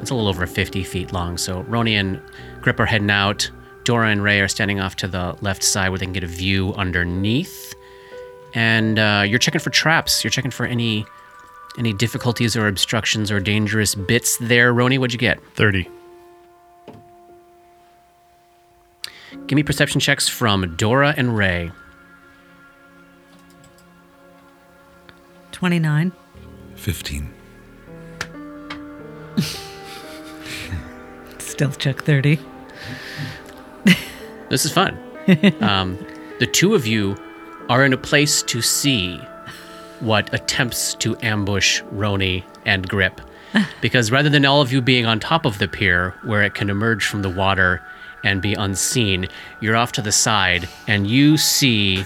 [SPEAKER 2] it's a little over 50 feet long. So Roni and Grip are heading out. Dora and Ray are standing off to the left side where they can get a view underneath. And uh, you're checking for traps. You're checking for any any difficulties or obstructions or dangerous bits there. Roni, what'd you get?
[SPEAKER 4] 30.
[SPEAKER 2] Give me perception checks from Dora and Ray.
[SPEAKER 5] 29.
[SPEAKER 7] 15.
[SPEAKER 5] Stealth check 30.
[SPEAKER 2] This is fun. um, the two of you are in a place to see what attempts to ambush Roni and Grip. Because rather than all of you being on top of the pier where it can emerge from the water and be unseen, you're off to the side and you see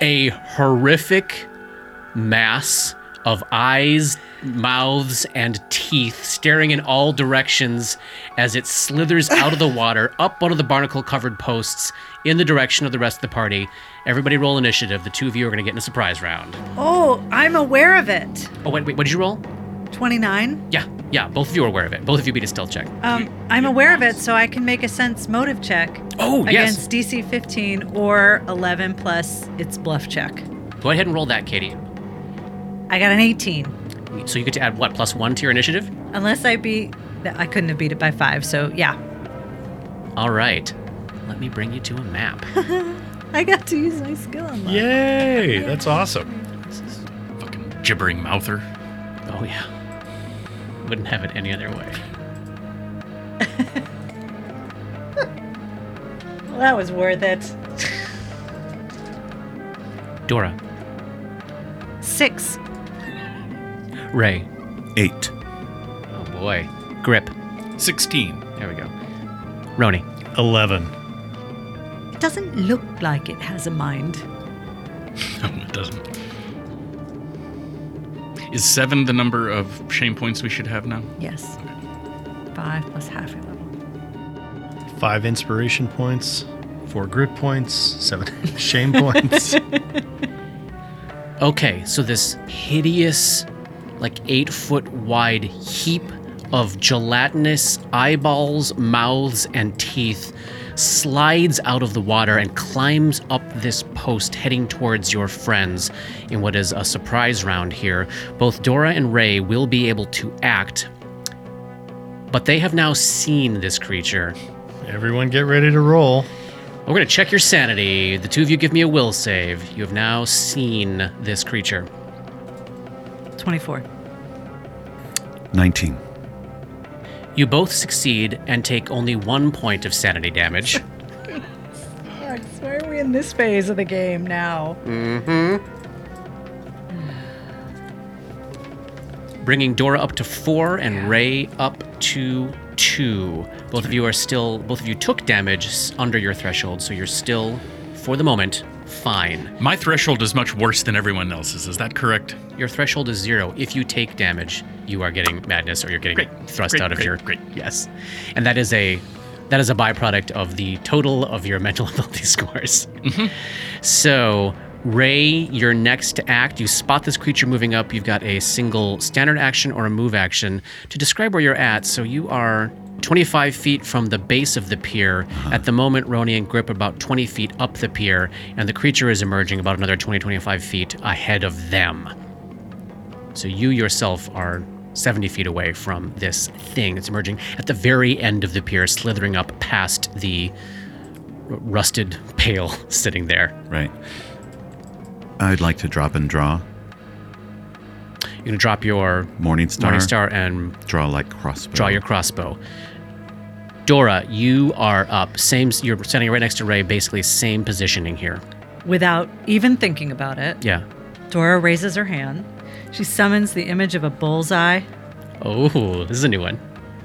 [SPEAKER 2] a horrific mass of eyes, mouths, and teeth staring in all directions as it slithers out of the water, up one of the barnacle covered posts, in the direction of the rest of the party. Everybody roll initiative. The two of you are going to get in a surprise round.
[SPEAKER 9] Oh, I'm aware of it.
[SPEAKER 2] Oh, wait, wait, what did you roll?
[SPEAKER 9] 29.
[SPEAKER 2] Yeah, yeah, both of you are aware of it. Both of you beat a stealth check.
[SPEAKER 9] Um, I'm aware of it, so I can make a sense motive check
[SPEAKER 2] Oh, yes.
[SPEAKER 9] against DC 15 or 11 plus its bluff check.
[SPEAKER 2] Go ahead and roll that, Katie.
[SPEAKER 9] I got an 18.
[SPEAKER 2] So you get to add what, plus one to your initiative?
[SPEAKER 9] Unless I beat, I couldn't have beat it by five, so yeah.
[SPEAKER 2] All right. Let me bring you to a map.
[SPEAKER 9] I got to use my skill on that.
[SPEAKER 4] Yay! That's awesome.
[SPEAKER 6] Fucking gibbering mouther.
[SPEAKER 2] Oh, yeah. Wouldn't have it any other way.
[SPEAKER 9] Well, that was worth it.
[SPEAKER 2] Dora,
[SPEAKER 9] Six.
[SPEAKER 2] Ray,
[SPEAKER 7] 8.
[SPEAKER 2] Oh boy. Grip.
[SPEAKER 6] 16.
[SPEAKER 2] There we go. Roni.
[SPEAKER 4] 11.
[SPEAKER 9] It doesn't look like it has a mind.
[SPEAKER 6] No, it doesn't. Is seven the number of shame points we should have now?
[SPEAKER 5] Yes.
[SPEAKER 9] Five plus half your level.
[SPEAKER 4] Five inspiration points, four grit points, seven shame points.
[SPEAKER 2] Okay, so this hideous, like eight foot wide heap of gelatinous eyeballs, mouths, and teeth slides out of the water and climbs up this post, heading towards your friends in what is a surprise round here. Both Dora and Ray will be able to act, but they have now seen this creature.
[SPEAKER 4] Everyone get ready to roll.
[SPEAKER 2] We're going to check your sanity. The two of you give me a will save. You have now seen this creature.
[SPEAKER 5] 24.
[SPEAKER 7] 19.
[SPEAKER 2] You both succeed and take only one point of sanity damage.
[SPEAKER 9] Why are we in in this phase of the game now.
[SPEAKER 2] bringing Dora up to four and Ray up to two. Both of you are still, both of you took damage s- under your threshold, so you're still, for the moment, fine.
[SPEAKER 6] My threshold is much worse than everyone else's. Is that correct?
[SPEAKER 2] Your threshold is zero. If you take damage, you are getting madness or you're getting
[SPEAKER 6] Great,
[SPEAKER 2] thrust
[SPEAKER 6] great,
[SPEAKER 2] out of
[SPEAKER 6] great,
[SPEAKER 2] your.
[SPEAKER 6] great.
[SPEAKER 2] Yes. And that is a. That is a byproduct of the total of your mental ability scores.
[SPEAKER 6] Mm-hmm.
[SPEAKER 2] So, Ray, your next act, you spot this creature moving up. You've got a single standard action or a move action to describe where you're at. So, you are 25 feet from the base of the pier. At the moment, Roni and Grip are about 20 feet up the pier, and the creature is emerging about another 20, 25 feet ahead of them. So, you yourself are. 70 feet away from this thing that's emerging at the very end of the pier, slithering up past the r- rusted pail sitting there.
[SPEAKER 7] Right. I'd like to drop and draw.
[SPEAKER 2] You're gonna drop your
[SPEAKER 7] Morning Star.
[SPEAKER 2] Morning Star and
[SPEAKER 7] Draw like crossbow.
[SPEAKER 2] draw your crossbow. Dora, you are up. Same. You're standing right next to Ray. Basically, same positioning here.
[SPEAKER 5] Without even thinking about it,
[SPEAKER 2] Yeah.
[SPEAKER 5] Dora raises her hand. She summons the image of a bullseye
[SPEAKER 2] Oh, this is a new one.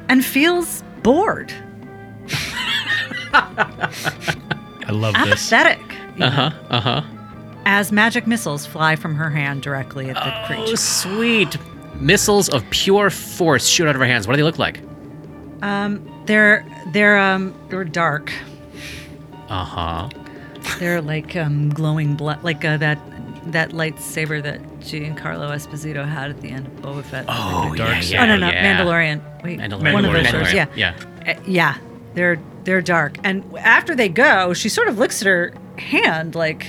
[SPEAKER 5] and feels bored,
[SPEAKER 4] I love this.
[SPEAKER 5] apathetic,
[SPEAKER 2] Uh huh. Uh huh.
[SPEAKER 5] as magic missiles fly from her hand directly at the
[SPEAKER 2] Oh,
[SPEAKER 5] creature.
[SPEAKER 2] sweet. Missiles of pure force shoot out of her hands. What do they look like?
[SPEAKER 5] Um, they're they're um they're dark.
[SPEAKER 2] Uh huh.
[SPEAKER 5] They're like um glowing blood, like uh, that that lightsaber that Giancarlo Esposito had at the end of Boba Fett.
[SPEAKER 2] Oh yeah,
[SPEAKER 5] oh no, no, Mandalorian. Wait,
[SPEAKER 2] Mandalorian.
[SPEAKER 5] one of those.
[SPEAKER 2] Mandalorian.
[SPEAKER 5] shows, Yeah,
[SPEAKER 2] Yeah.
[SPEAKER 5] Uh, yeah, they're they're dark. And after they go, she sort of looks at her hand like,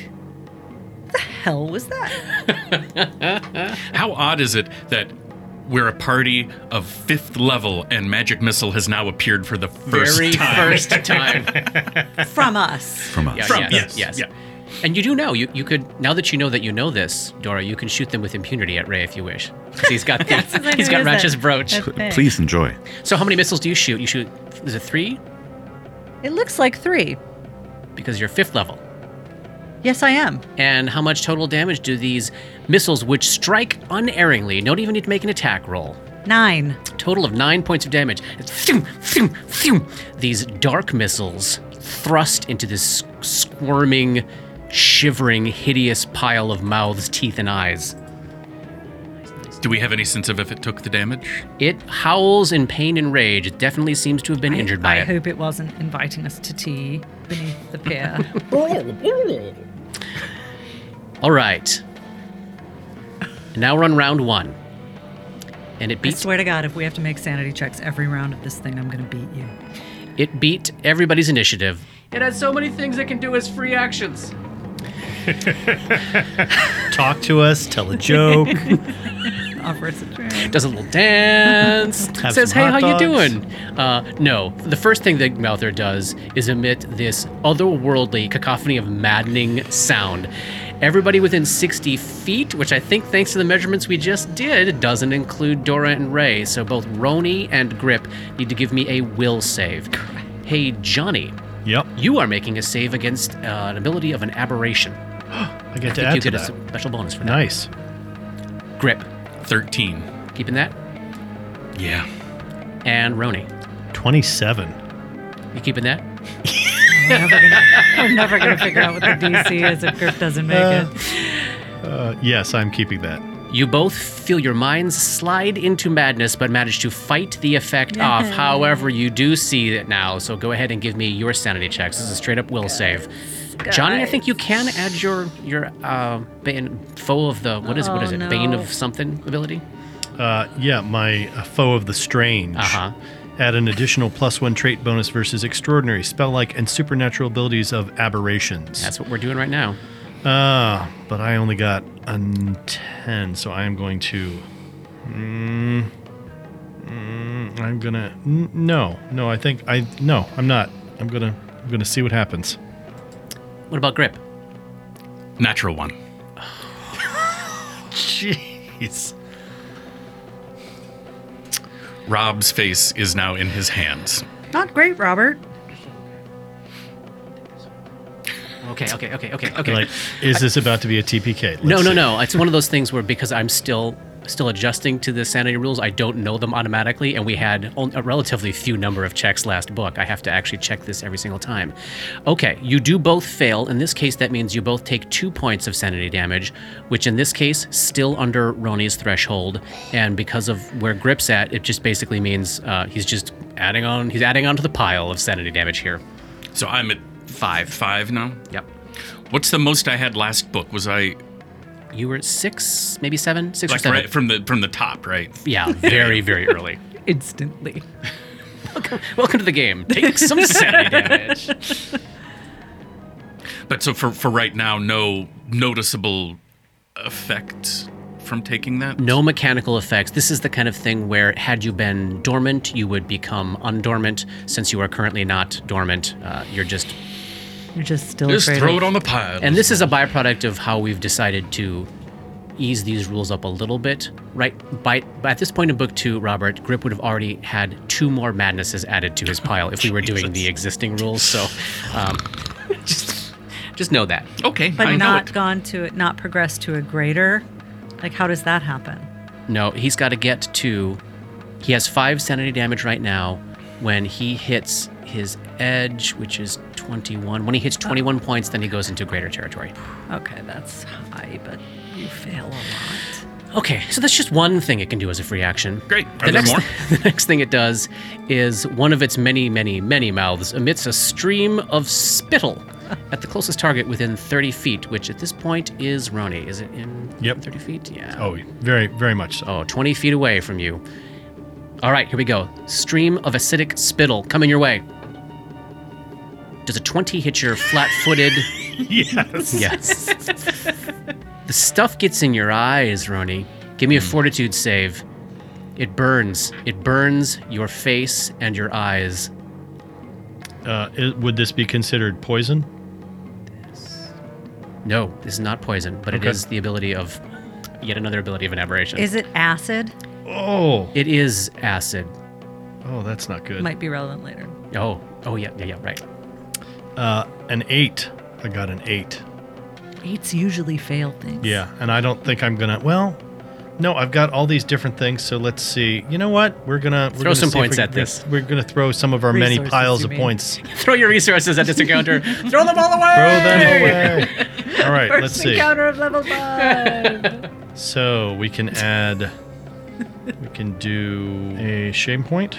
[SPEAKER 5] "The hell was that?"
[SPEAKER 6] How odd is it that we're a party of fifth level and magic missile has now appeared for the first
[SPEAKER 2] Very
[SPEAKER 6] time?
[SPEAKER 2] first time.
[SPEAKER 5] From us.
[SPEAKER 7] From us.
[SPEAKER 2] Yeah,
[SPEAKER 6] From-
[SPEAKER 2] yes, yes.
[SPEAKER 6] yes, yeah.
[SPEAKER 2] And you do know you, you could now that you know that you know this, Dora. You can shoot them with impunity at Ray if you wish, because he's got the,
[SPEAKER 5] I
[SPEAKER 2] he's got
[SPEAKER 5] noticed that.
[SPEAKER 2] Ratchet's brooch.
[SPEAKER 7] Please enjoy.
[SPEAKER 2] So how many missiles do you shoot? You shoot is it three?
[SPEAKER 5] It looks like three.
[SPEAKER 2] Because you're fifth level.
[SPEAKER 5] Yes, I am.
[SPEAKER 2] And how much total damage do these missiles, which strike unerringly, don't even need to make an attack roll?
[SPEAKER 5] Nine.
[SPEAKER 2] Total of nine points of damage. It's phew, phew, phew. These dark missiles thrust into this squirming, shivering, hideous pile of mouths, teeth, and eyes.
[SPEAKER 6] Do we have any sense of if it took the damage?
[SPEAKER 2] It howls in pain and rage. It definitely seems to have been injured by
[SPEAKER 5] I
[SPEAKER 2] it.
[SPEAKER 5] hope it wasn't inviting us to tea beneath the pier.
[SPEAKER 2] All right. Now we're on round one. And it
[SPEAKER 5] I
[SPEAKER 2] beats
[SPEAKER 5] swear to God, if we have to make sanity checks every round of this thing, I'm going to beat you.
[SPEAKER 2] It beat everybody's initiative. It has so many things it can do as free actions.
[SPEAKER 4] Talk to us, tell a joke.
[SPEAKER 5] Offer us a drink.
[SPEAKER 2] Does a little dance.
[SPEAKER 4] Have
[SPEAKER 2] says,
[SPEAKER 4] some
[SPEAKER 2] "Hey, how
[SPEAKER 4] hot
[SPEAKER 2] you
[SPEAKER 4] dogs."
[SPEAKER 2] doing?" Uh, no. The first thing that Mouther does is emit this otherworldly cacophony of maddening sound. Everybody within 60 feet, which I think, thanks to the measurements we just did, doesn't include Dora and Ray. So both Roni and Grip need to give me a will save. Hey, Johnny,
[SPEAKER 4] yep.
[SPEAKER 2] you are making a save against uh, an ability of an aberration.
[SPEAKER 4] I get to
[SPEAKER 2] I think you
[SPEAKER 4] add to
[SPEAKER 2] get
[SPEAKER 4] that.
[SPEAKER 2] a special bonus for that.
[SPEAKER 4] Nice.
[SPEAKER 2] Grip,
[SPEAKER 6] 13.
[SPEAKER 2] keeping that.
[SPEAKER 6] Yeah.
[SPEAKER 2] And Roni,
[SPEAKER 4] 27.
[SPEAKER 2] you keeping that?
[SPEAKER 5] We're never gonna- We're never going to figure out what the DC is if Griff doesn't make
[SPEAKER 4] Uh,
[SPEAKER 5] it.
[SPEAKER 4] Uh, yes, I'm keeping that.
[SPEAKER 2] You both feel your minds slide into madness, but manage to fight the effect off. However, you do see it now, so go ahead and give me your sanity checks. This is a straight up will save. Johnny, I think you can add your your uh, bane, foe of the what is what is it? Bane of something ability.
[SPEAKER 4] Uh, yeah, my uh, foe of the strange.
[SPEAKER 2] Uh-huh.
[SPEAKER 4] Add an additional plus one trait bonus versus extraordinary, spell like, and supernatural abilities of aberrations.
[SPEAKER 2] That's what we're doing right now.
[SPEAKER 4] Uh, but I only got a n- 10, so I am going to. Mm, mm, I'm gonna. N- no, no, I think. I. No, I'm not. I'm gonna. I'm gonna see what happens.
[SPEAKER 2] What about grip?
[SPEAKER 6] Natural one.
[SPEAKER 4] Jeez.
[SPEAKER 6] Rob's face is now in his hands.
[SPEAKER 9] Not great, Robert.
[SPEAKER 2] okay, okay, okay, okay, okay.
[SPEAKER 4] Like, is this about to be a TPK? Let's
[SPEAKER 2] no, no,
[SPEAKER 4] see.
[SPEAKER 2] no. It's one of those things where because I'm still still adjusting to the sanity rules, I don't know them automatically, and we had on- a relatively few number of checks last book. I have to actually check this every single time. Okay, you do both fail. In this case, that means you both take two points of sanity damage, which in this case still under Roni's threshold, and because of where Grip's at, it just basically means uh, he's just adding on. He's adding on to the pile of sanity damage here.
[SPEAKER 6] So I'm at five. Five now?
[SPEAKER 2] Yep.
[SPEAKER 6] What's the most I had last book? Was I
[SPEAKER 2] You were at six, maybe seven, six or
[SPEAKER 6] like
[SPEAKER 2] seven.
[SPEAKER 6] right from the from the top, right?
[SPEAKER 2] Yeah, very, very early.
[SPEAKER 5] instantly.
[SPEAKER 2] Welcome to the game. Take some sanity damage.
[SPEAKER 6] But so for for right now, no noticeable effects from taking that?
[SPEAKER 2] No mechanical effects. This is the kind of thing where, had you been dormant, you would become undormant. Since you are currently not dormant, uh, you're just.
[SPEAKER 5] You're just still
[SPEAKER 6] Just
[SPEAKER 5] afraid
[SPEAKER 6] throw
[SPEAKER 5] of-
[SPEAKER 6] it on the pile.
[SPEAKER 2] And this is a byproduct of how we've decided to ease these rules up a little bit. Right by, by at this point in book two, Robert Grip would have already had two more madnesses added to his pile if we were doing the existing rules. So, um, just just know that.
[SPEAKER 6] okay,
[SPEAKER 9] But
[SPEAKER 6] I know
[SPEAKER 9] not
[SPEAKER 6] it.
[SPEAKER 9] gone to it, not progressed to a greater. Like, how does that happen?
[SPEAKER 2] No, he's got to get to. He has five sanity damage right now. When he hits his edge, which is 21, when he hits 21 points, then he goes into greater territory.
[SPEAKER 9] Okay, that's high, but you fail a lot.
[SPEAKER 2] Okay, so that's just one thing it can do as a free action.
[SPEAKER 6] Great. Are
[SPEAKER 2] The
[SPEAKER 6] there
[SPEAKER 2] next,
[SPEAKER 6] more?
[SPEAKER 2] the next thing it does is one of its many, many, many mouths emits a stream of spittle at the closest target within 30 feet, which at this point is Roni. Is it in
[SPEAKER 4] Yep.
[SPEAKER 2] 30 feet? Yeah.
[SPEAKER 4] Oh, very, very much so.
[SPEAKER 2] Oh, 20 feet away from you. All right, here we go. Stream of acidic spittle coming your way. Does a 20 hit your flat footed? yes. Yes. the stuff gets in your eyes, Roni. Give me a fortitude save. It burns. It burns your face and your eyes.
[SPEAKER 4] Uh, it, would this be considered poison?
[SPEAKER 2] No, this is not poison, but it
[SPEAKER 4] Okay.
[SPEAKER 2] is the ability of yet another ability of an aberration.
[SPEAKER 9] Is it acid?
[SPEAKER 4] Oh,
[SPEAKER 2] it is acid.
[SPEAKER 4] oh, that's not good.
[SPEAKER 9] Might be relevant later.
[SPEAKER 2] Oh, oh yeah, yeah, yeah, right.
[SPEAKER 4] Uh, an eight. I got an eight.
[SPEAKER 5] Eights usually fail things.
[SPEAKER 4] Yeah, and I don't think I'm gonna. Well, no, I've got all these different things. So let's see. You know what? We're gonna we're
[SPEAKER 2] Throw
[SPEAKER 4] gonna
[SPEAKER 2] some
[SPEAKER 4] see if
[SPEAKER 2] points
[SPEAKER 4] we-
[SPEAKER 2] at this.
[SPEAKER 4] We're gonna throw some of our many
[SPEAKER 5] Resources,
[SPEAKER 4] piles
[SPEAKER 5] you
[SPEAKER 4] of
[SPEAKER 5] mean.
[SPEAKER 4] points.
[SPEAKER 2] Throw your resources at this encounter. Throw them all away.
[SPEAKER 4] Throw them away. All right, let's see.
[SPEAKER 9] Encounter of level five.
[SPEAKER 4] So we can add. we can do a shame point,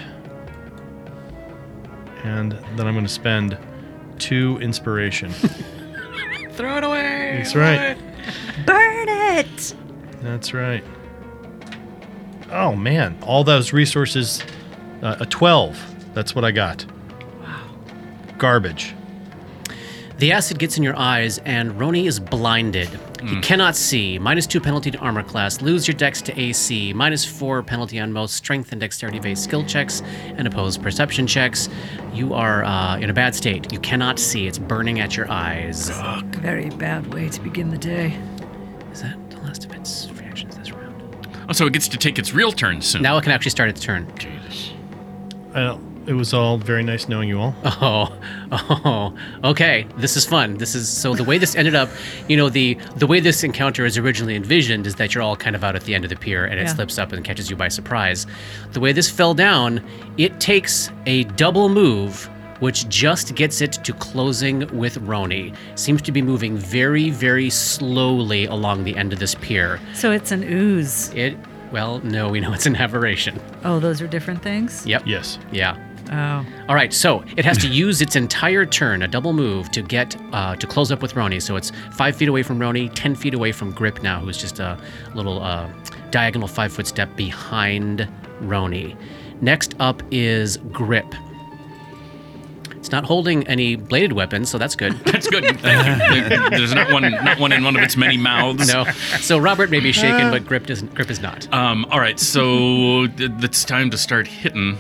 [SPEAKER 4] and then I'm gonna spend two inspiration.
[SPEAKER 2] Throw it away.
[SPEAKER 4] That's right.
[SPEAKER 9] Burn it.
[SPEAKER 4] That's right. Oh man, all those resources. Uh, a 12. That's what I got. Wow. Garbage.
[SPEAKER 2] The acid gets in your eyes, and Roni is blinded. He cannot see. Minus two penalty to armor class. Lose your dex to AC. Minus four penalty on most strength and dexterity based skill checks and opposed perception checks. You are uh, in a bad state. You cannot see. It's burning at your eyes.
[SPEAKER 5] Very bad way to begin the day.
[SPEAKER 2] Is that the last of its reactions this round?
[SPEAKER 6] Oh, so it gets to take its real turn soon.
[SPEAKER 2] Now it can actually start its turn.
[SPEAKER 4] Uh, it was all very nice knowing you all.
[SPEAKER 2] Oh, oh, okay. This is fun. This is so the way this ended up. You know, the the way this encounter is originally envisioned is that you're all kind of out at the end of the pier, and it
[SPEAKER 5] Yeah.
[SPEAKER 2] slips up and catches you by surprise. The way this fell down, it takes a double move, which just gets it to closing with Roni. Seems to be moving very, very slowly along the end of this pier.
[SPEAKER 5] So it's an ooze.
[SPEAKER 2] It, well, no, we know it's an aberration.
[SPEAKER 5] Oh, those are different things?
[SPEAKER 2] Yep.
[SPEAKER 4] Yes.
[SPEAKER 2] Yeah.
[SPEAKER 5] Oh.
[SPEAKER 2] All right, so it has to use its entire turn, a double move, to get uh, to close up with Roni. So it's five feet away from Roni, ten feet away from Grip now, who's just a little uh, diagonal five foot step behind Roni. Next up is Grip. It's not holding any bladed weapons, so that's good.
[SPEAKER 6] That's good. Thank you. There- There's not one not one in one of its many mouths.
[SPEAKER 2] No, so Robert may be shaken, but Grip doesn't. Grip is not.
[SPEAKER 6] Um, all right, so th- it's time to start hitting.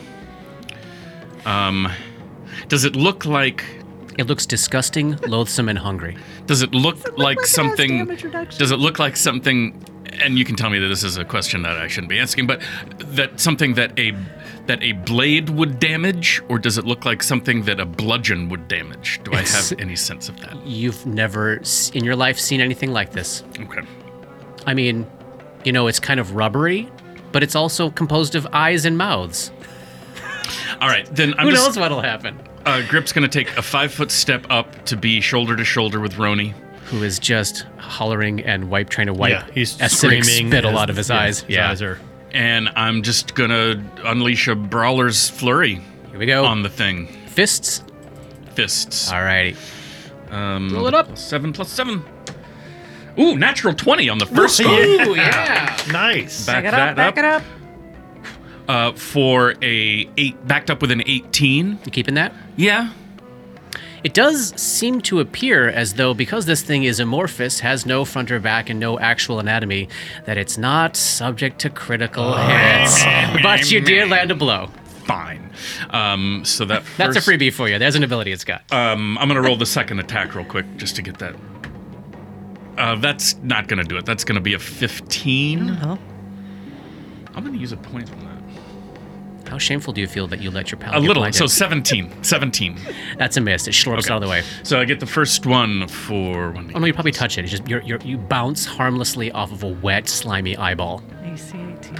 [SPEAKER 6] Um, does it look like?
[SPEAKER 2] It looks disgusting, loathsome, and hungry.
[SPEAKER 6] Does it look like
[SPEAKER 9] like it has
[SPEAKER 6] something?
[SPEAKER 9] damage reduction.
[SPEAKER 6] Does it look like something? And you can tell me that this is a question that I shouldn't be asking, but that something that a that a blade would damage, or does it look like something that a bludgeon would damage? Do I have any sense of that?
[SPEAKER 2] You've never s- in your life seen anything like this.
[SPEAKER 6] Okay.
[SPEAKER 2] I mean, you know, it's kind of rubbery, but it's also composed of eyes and mouths.
[SPEAKER 6] All right. Then I'm
[SPEAKER 2] Who
[SPEAKER 6] just,
[SPEAKER 2] knows what'll happen?
[SPEAKER 6] Uh, Grip's gonna take a five foot step up to be shoulder to shoulder with Roni.
[SPEAKER 2] Who is just hollering and wipe, trying to wipe
[SPEAKER 4] Yeah, he's
[SPEAKER 2] acidic
[SPEAKER 4] screaming.
[SPEAKER 2] spit a
[SPEAKER 4] as-
[SPEAKER 2] lot of his
[SPEAKER 4] yeah,
[SPEAKER 2] eyes.
[SPEAKER 4] His
[SPEAKER 2] Yeah.
[SPEAKER 4] eyes are.
[SPEAKER 6] And I'm just gonna unleash a brawler's flurry
[SPEAKER 2] Here we go.
[SPEAKER 6] on the thing.
[SPEAKER 2] Fists.
[SPEAKER 6] Fists.
[SPEAKER 2] Alrighty.
[SPEAKER 6] Um,
[SPEAKER 2] Roll it up.
[SPEAKER 6] plus Seven plus seven. Ooh, natural 20 on the first one.
[SPEAKER 2] Ooh, yeah.
[SPEAKER 4] Nice.
[SPEAKER 6] Back,
[SPEAKER 9] it up, back it up.
[SPEAKER 6] Uh, for a eight, backed up with an 18.
[SPEAKER 2] You keeping that?
[SPEAKER 6] Yeah.
[SPEAKER 2] It does seem to appear as though, because this thing is amorphous, has no front or back, and no actual anatomy, that it's not subject to critical hits. But you did land a blow.
[SPEAKER 6] Fine. Um, so that
[SPEAKER 2] That's
[SPEAKER 6] first-
[SPEAKER 2] a freebie for you. There's an ability it's got.
[SPEAKER 6] Um, I'm gonna roll the second attack real quick just to get that. Uh, that's not gonna do it. That's gonna be a
[SPEAKER 5] Mm.
[SPEAKER 6] 15.
[SPEAKER 9] Oh,
[SPEAKER 6] I'm gonna use a point on that.
[SPEAKER 2] How shameful do you feel that you let your pal
[SPEAKER 6] A
[SPEAKER 2] get
[SPEAKER 6] little.
[SPEAKER 2] blinded?
[SPEAKER 6] So 17. 17.
[SPEAKER 2] that's a miss. It slurps out of the way.
[SPEAKER 6] So I get the first one for one.
[SPEAKER 2] Oh no, you probably touch it. It's just you're, you're, you bounce harmlessly off of a wet, slimy eyeball.
[SPEAKER 9] AC 18.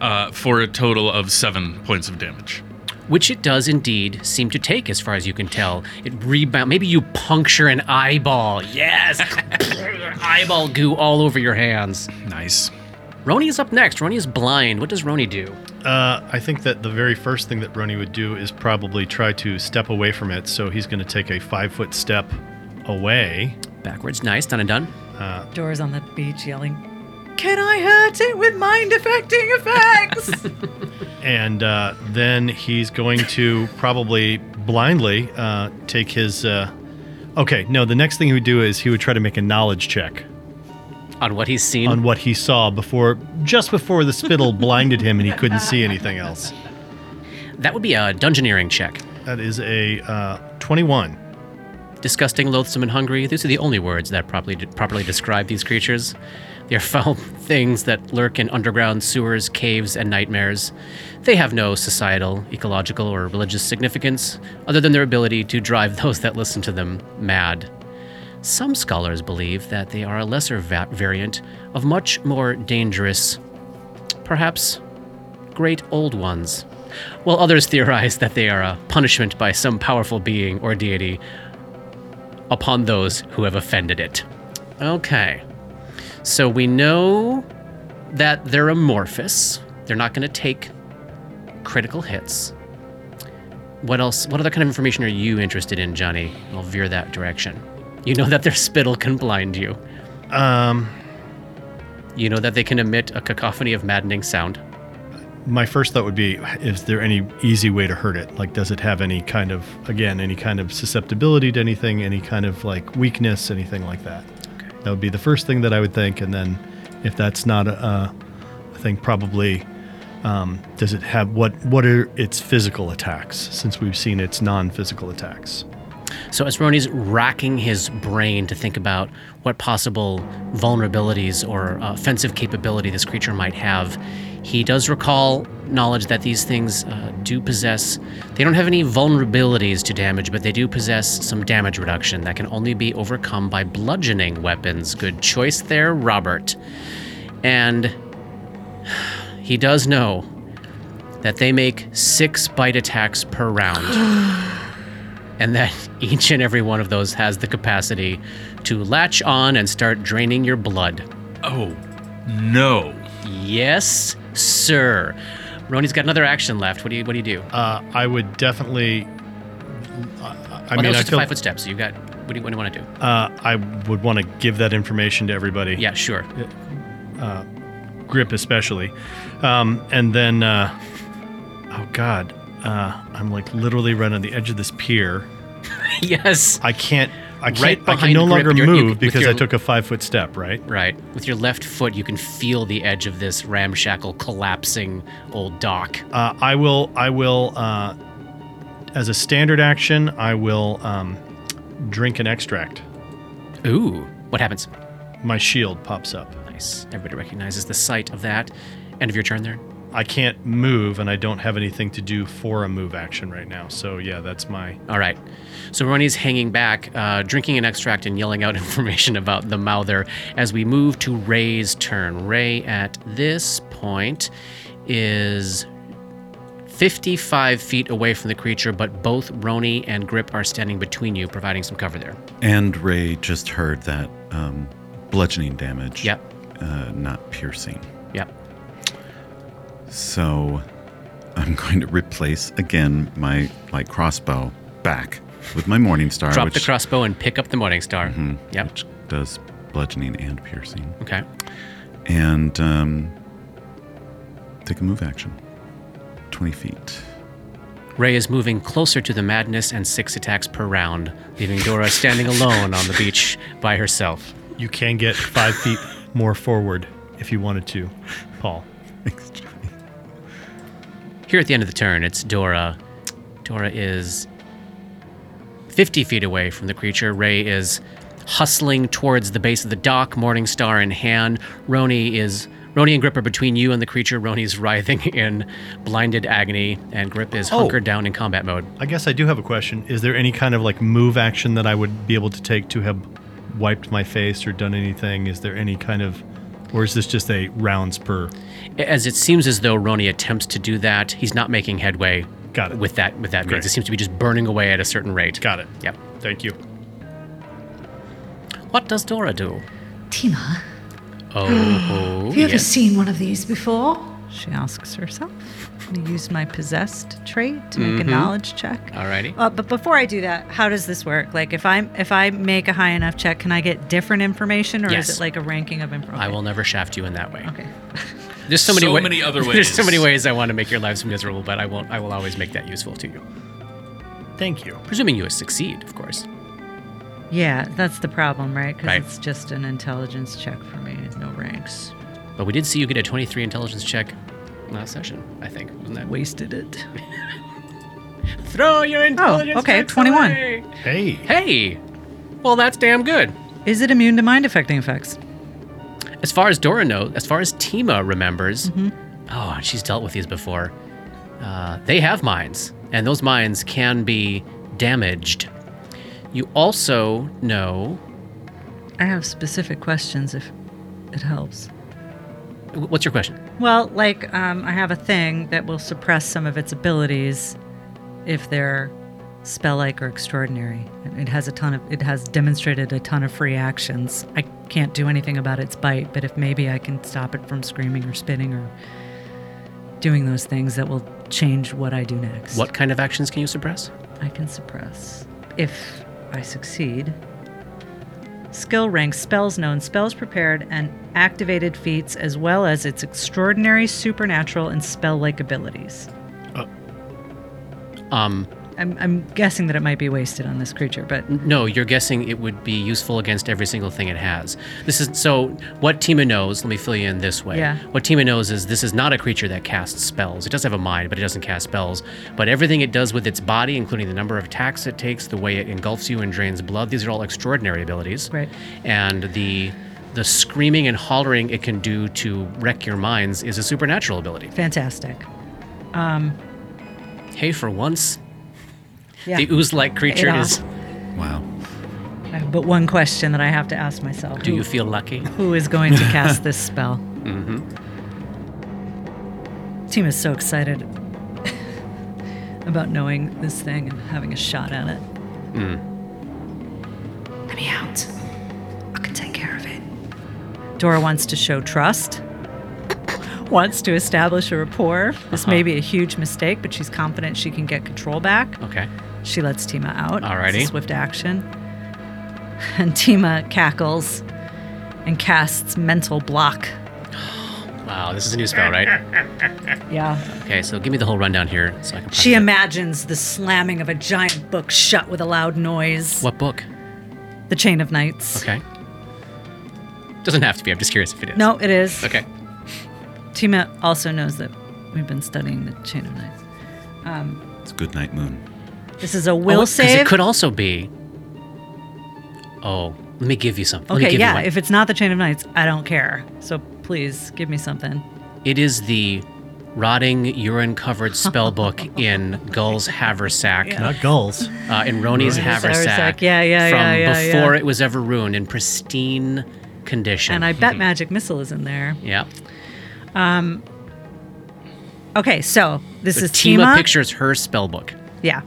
[SPEAKER 6] uh, for a total of seven points of damage.
[SPEAKER 2] which it does indeed seem to take, as far as you can tell. It rebound. Maybe you puncture an eyeball. Yes, eyeball goo all over your hands.
[SPEAKER 6] Nice.
[SPEAKER 2] Roni is up next. Roni is blind. What does Roni do?
[SPEAKER 4] Uh, I think that the very first thing that Roni would do is probably try to step away from it. So he's going to take a five foot step away.
[SPEAKER 2] Backwards, nice, done and done.
[SPEAKER 5] Doors on the beach yelling.
[SPEAKER 9] Can I hurt it with mind affecting effects?
[SPEAKER 4] And uh, then he's going to probably blindly uh, take his. Uh, okay, no, the next thing he would do is he would try to make a knowledge check
[SPEAKER 2] On what he's seen.
[SPEAKER 4] on what he saw before, just before the spittle blinded him and he couldn't see anything else.
[SPEAKER 2] that would be a dungeoneering check.
[SPEAKER 4] That is a uh, 21.
[SPEAKER 2] Disgusting, loathsome, and hungry. These are the only words that properly properly describe these creatures. They are foul things that lurk in underground sewers, caves, and nightmares. They have no societal, ecological, or religious significance other than their ability to drive those that listen to them mad. Some scholars believe that they are a lesser va- variant of much more dangerous, perhaps great old ones, while others theorize that they are a punishment by some powerful being or deity upon those who have offended it. Okay. So we know that they're amorphous. They're not going to take critical hits. What else? What other kind of information are you interested in, Johnny? I'll veer that direction. You know that their spittle can blind you.
[SPEAKER 4] Um,
[SPEAKER 2] You know that they can emit a cacophony of maddening sound.
[SPEAKER 4] my first thought would be is there any easy way to hurt it like does it have any kind of again any kind of susceptibility to anything any kind of like weakness anything like that that would be the first thing that i would think and then if that's not a, a thing probably um, does it have what what are its physical attacks since we've seen its non-physical attacks
[SPEAKER 2] So as Roni's racking his brain to think about what possible vulnerabilities or uh, offensive capability this creature might have, he does recall knowledge that these things uh, do possess. They don't have any vulnerabilities to damage, but they do possess some damage reduction that can only be overcome by bludgeoning weapons. Good choice there, Robert. And he does know that they make six bite attacks per round and that each and every one of those has the capacity to latch on and start draining your blood.
[SPEAKER 6] Oh, no.
[SPEAKER 2] Yes, sir. Roni's got another action left. What do you What do you do?
[SPEAKER 4] uh, i would definitely i, I
[SPEAKER 2] well, that
[SPEAKER 4] mean
[SPEAKER 2] was
[SPEAKER 4] i
[SPEAKER 2] just a
[SPEAKER 4] feel
[SPEAKER 2] five foot step. So you got. What do you, what do you want to do?
[SPEAKER 4] uh, i would want to give that information to everybody
[SPEAKER 2] yeah, sure.
[SPEAKER 4] grip especially um, and then uh, oh god uh, i'm like literally right on the edge of this pier
[SPEAKER 2] yes.
[SPEAKER 4] i can't i can't
[SPEAKER 2] Right
[SPEAKER 4] i can
[SPEAKER 2] behind
[SPEAKER 4] no
[SPEAKER 2] Grip,
[SPEAKER 4] longer
[SPEAKER 2] you're- you-
[SPEAKER 4] move
[SPEAKER 2] with
[SPEAKER 4] because
[SPEAKER 2] your-
[SPEAKER 4] i took a five foot step right
[SPEAKER 2] Right. With your left foot, you can feel the edge of this ramshackle, collapsing old dock.
[SPEAKER 4] uh, i will i will uh, as a standard action i will um, drink an extract
[SPEAKER 2] Ooh. What happens?
[SPEAKER 4] my shield pops up
[SPEAKER 2] Nice. Everybody recognizes the sight of that. End of your turn there.
[SPEAKER 4] I can't move, and I don't have anything to do for a move action right now. So yeah, that's my.
[SPEAKER 2] All right. So Ronnie's hanging back, uh, drinking an extract and yelling out information about the Mouther as we move to Ray's turn. Ray at this point is 55 feet away from the creature, but both Roni and Grip are standing between you, providing some cover there.
[SPEAKER 7] And Ray just heard that um, bludgeoning damage.
[SPEAKER 2] Yep.
[SPEAKER 7] Uh, not piercing.
[SPEAKER 2] Yep.
[SPEAKER 7] Uh, So I'm going to replace again my like crossbow back with my Morningstar,
[SPEAKER 2] Drop
[SPEAKER 7] which Mm-hmm.
[SPEAKER 2] the crossbow and pick up the Morning Star. Yep.
[SPEAKER 7] which does bludgeoning and piercing,
[SPEAKER 2] Okay.
[SPEAKER 7] and um, take a move action. Twenty feet.
[SPEAKER 2] Ray is moving closer to the madness and six attacks per round, leaving Dora standing alone on the beach by herself.
[SPEAKER 4] You can get five feet more forward if you wanted to, Paul.
[SPEAKER 2] Here at the end of the turn, it's Dora. Dora is 50 feet away from the creature. Ray is hustling towards the base of the dock, Morningstar in hand. Roni is. Roni and Grip are between you and the creature. Roni's writhing in blinded agony, and Grip is hunkered down in combat mode.
[SPEAKER 4] I guess I do have a question. Is there any kind of like move action that I would be able to take to have wiped my face or done anything? Is there any kind of, or is this just a rounds per?
[SPEAKER 2] As it seems as though Roni attempts to do that, he's not making headway
[SPEAKER 4] Got it.
[SPEAKER 2] with that with that means.
[SPEAKER 4] Great.
[SPEAKER 2] It seems to be just burning away at a certain rate.
[SPEAKER 4] Got it.
[SPEAKER 2] Yep.
[SPEAKER 4] Thank you.
[SPEAKER 2] What does Dora do?
[SPEAKER 8] Tima,
[SPEAKER 2] Oh,
[SPEAKER 8] have you ever
[SPEAKER 2] yes.
[SPEAKER 8] seen one of these before?
[SPEAKER 5] She asks herself. I'm going to use my possessed trait to make
[SPEAKER 8] Mm-hmm.
[SPEAKER 5] a knowledge check.
[SPEAKER 2] Alrighty.
[SPEAKER 9] Uh, but before I do that, how does this work? Like, if I'm if I make a high enough check, can I get different information, or
[SPEAKER 2] Yes.
[SPEAKER 9] is it like a ranking of information?
[SPEAKER 2] I will never shaft you in that way.
[SPEAKER 9] Okay.
[SPEAKER 2] There's so many,
[SPEAKER 6] So
[SPEAKER 2] wa-
[SPEAKER 6] many other
[SPEAKER 2] There's so
[SPEAKER 6] ways.
[SPEAKER 2] many ways I want to make your lives miserable, but I won't. I will always make that useful to you,
[SPEAKER 4] Thank you.
[SPEAKER 2] presuming you succeed, of course.
[SPEAKER 5] Yeah, that's the problem, right? Because
[SPEAKER 2] Right.
[SPEAKER 5] it's just an intelligence check for me, no ranks.
[SPEAKER 2] But we did see you get a 23 intelligence check last session. I think wasn't that?
[SPEAKER 5] Wasted it. Oh,
[SPEAKER 2] Throw your intelligence.
[SPEAKER 5] okay,
[SPEAKER 2] checks
[SPEAKER 5] 21.
[SPEAKER 2] away.
[SPEAKER 4] Hey.
[SPEAKER 2] Hey, well that's damn good.
[SPEAKER 5] Is it immune to mind affecting effects?
[SPEAKER 2] As far as Dora knows, as far as Tima remembers, oh, and she's dealt with these before. Uh, they have minds, and those minds can be damaged. You also know
[SPEAKER 5] I have specific questions if it helps.
[SPEAKER 2] wh- what's your question?
[SPEAKER 5] Well, like, um, I have a thing that will suppress some of its abilities if they're spell like or extraordinary. And It has a ton of, it has demonstrated a ton of free actions. I can't do anything about its bite, but if maybe I can stop it from screaming or spitting or doing those things that will change what I do next.
[SPEAKER 2] What kind of actions can you suppress?
[SPEAKER 5] I can suppress. If I succeed. Skill ranks, spells known, spells prepared, and activated feats, as well as its extraordinary supernatural and spell like abilities.
[SPEAKER 2] Uh, Um, Mm-hmm.
[SPEAKER 5] I'm, I'm guessing that it might be wasted on this creature, but
[SPEAKER 2] No, you're guessing it would be useful against every single thing it has. This is so. What Tima knows, let me fill you in this way.
[SPEAKER 5] Yeah.
[SPEAKER 2] What Tima knows is this is not a creature that casts spells. It does have a mind, but it doesn't cast spells. But everything it does with its body, including the number of attacks it takes, the way it engulfs you and drains blood, these are all extraordinary abilities.
[SPEAKER 5] Right.
[SPEAKER 2] And the the screaming and hollering it can do to wreck your minds is a supernatural ability.
[SPEAKER 5] fantastic.
[SPEAKER 2] Hey, for once,
[SPEAKER 5] Yeah.
[SPEAKER 2] the ooze-like creature
[SPEAKER 5] Paid off.
[SPEAKER 2] is.
[SPEAKER 7] Wow.
[SPEAKER 5] I have but one question that I have to ask myself
[SPEAKER 2] Do you feel lucky?
[SPEAKER 5] Who is going to cast this spell? Mm-hmm. Team is so excited about knowing this thing and having a shot at it.
[SPEAKER 8] Let me out. I can take care of it.
[SPEAKER 5] Dora wants to show trust, wants to establish a rapport. This may be a huge mistake, but she's confident she can get control back.
[SPEAKER 2] Okay.
[SPEAKER 5] She lets Tima out.
[SPEAKER 2] Alrighty.
[SPEAKER 5] It's a Swift action. And Tima cackles and casts mental block.
[SPEAKER 2] Wow, this is a new spell, right?
[SPEAKER 5] Yeah.
[SPEAKER 2] Okay, so give me the whole rundown here so I can.
[SPEAKER 5] She
[SPEAKER 2] process
[SPEAKER 5] imagines the slamming of a giant book shut with a loud noise.
[SPEAKER 2] it. What book?
[SPEAKER 5] The Chain of Knights.
[SPEAKER 2] Okay. Doesn't have to be. I'm just curious if it is.
[SPEAKER 5] No, it is.
[SPEAKER 2] Okay.
[SPEAKER 5] Tima also knows that we've been studying the Chain of Knights.
[SPEAKER 7] It's good night moon.
[SPEAKER 5] This is a will
[SPEAKER 2] oh, Because
[SPEAKER 5] save.
[SPEAKER 2] it could also be. Oh, let me give you something. let me
[SPEAKER 5] Okay,
[SPEAKER 2] give
[SPEAKER 5] yeah.
[SPEAKER 2] You one.
[SPEAKER 5] If it's not the Chain of Knights, I don't care. So please give me something.
[SPEAKER 2] it is the rotting urine-covered spellbook in Gull's haversack,
[SPEAKER 4] Not gulls.
[SPEAKER 2] uh, in Roni's haversack,
[SPEAKER 5] haversack. Yeah, yeah,
[SPEAKER 2] from
[SPEAKER 5] yeah, yeah, yeah.
[SPEAKER 2] before it was ever ruined in pristine condition.
[SPEAKER 5] And I bet magic missile is in there.
[SPEAKER 2] yeah,
[SPEAKER 5] Okay, so this
[SPEAKER 2] the
[SPEAKER 5] is
[SPEAKER 2] Tima
[SPEAKER 5] Tima.
[SPEAKER 2] pictures her spellbook.
[SPEAKER 5] Yeah.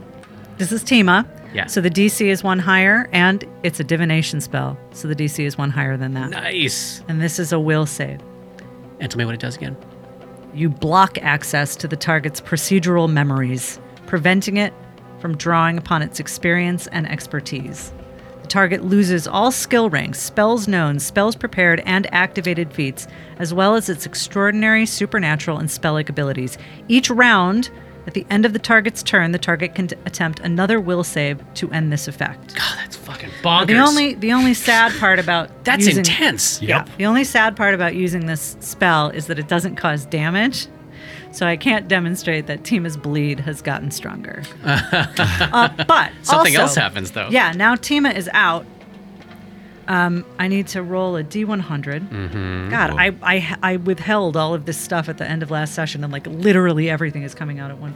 [SPEAKER 5] This is Tima.
[SPEAKER 2] Yeah.
[SPEAKER 5] So the DC is one higher and it's a divination spell. So the DC is one higher than that.
[SPEAKER 2] Nice.
[SPEAKER 5] And this is a will save.
[SPEAKER 2] And tell me what it does again.
[SPEAKER 5] You block access to the target's procedural memories, preventing it from drawing upon its experience and expertise. The target loses all skill ranks, spells known, spells prepared, and activated feats, as well as its extraordinary supernatural and spellic abilities. Each round, at the end of the target's turn, the target can t- attempt another will save to end this effect.
[SPEAKER 2] God, Ah, that's fucking bonkers.
[SPEAKER 5] The only the only sad part about
[SPEAKER 2] that's
[SPEAKER 5] using-
[SPEAKER 2] intense.
[SPEAKER 5] yeah. The only sad part about using this spell is that it doesn't cause damage. So I can't demonstrate that Tima's bleed has gotten stronger. Uh, but
[SPEAKER 2] Something
[SPEAKER 5] also-
[SPEAKER 2] else happens though.
[SPEAKER 5] Yeah, now Tima is out. Um, I need to roll a D100.
[SPEAKER 2] Mm-hmm.
[SPEAKER 5] God, I, I I withheld all of this stuff at the end of last session, and like literally everything is coming out at one.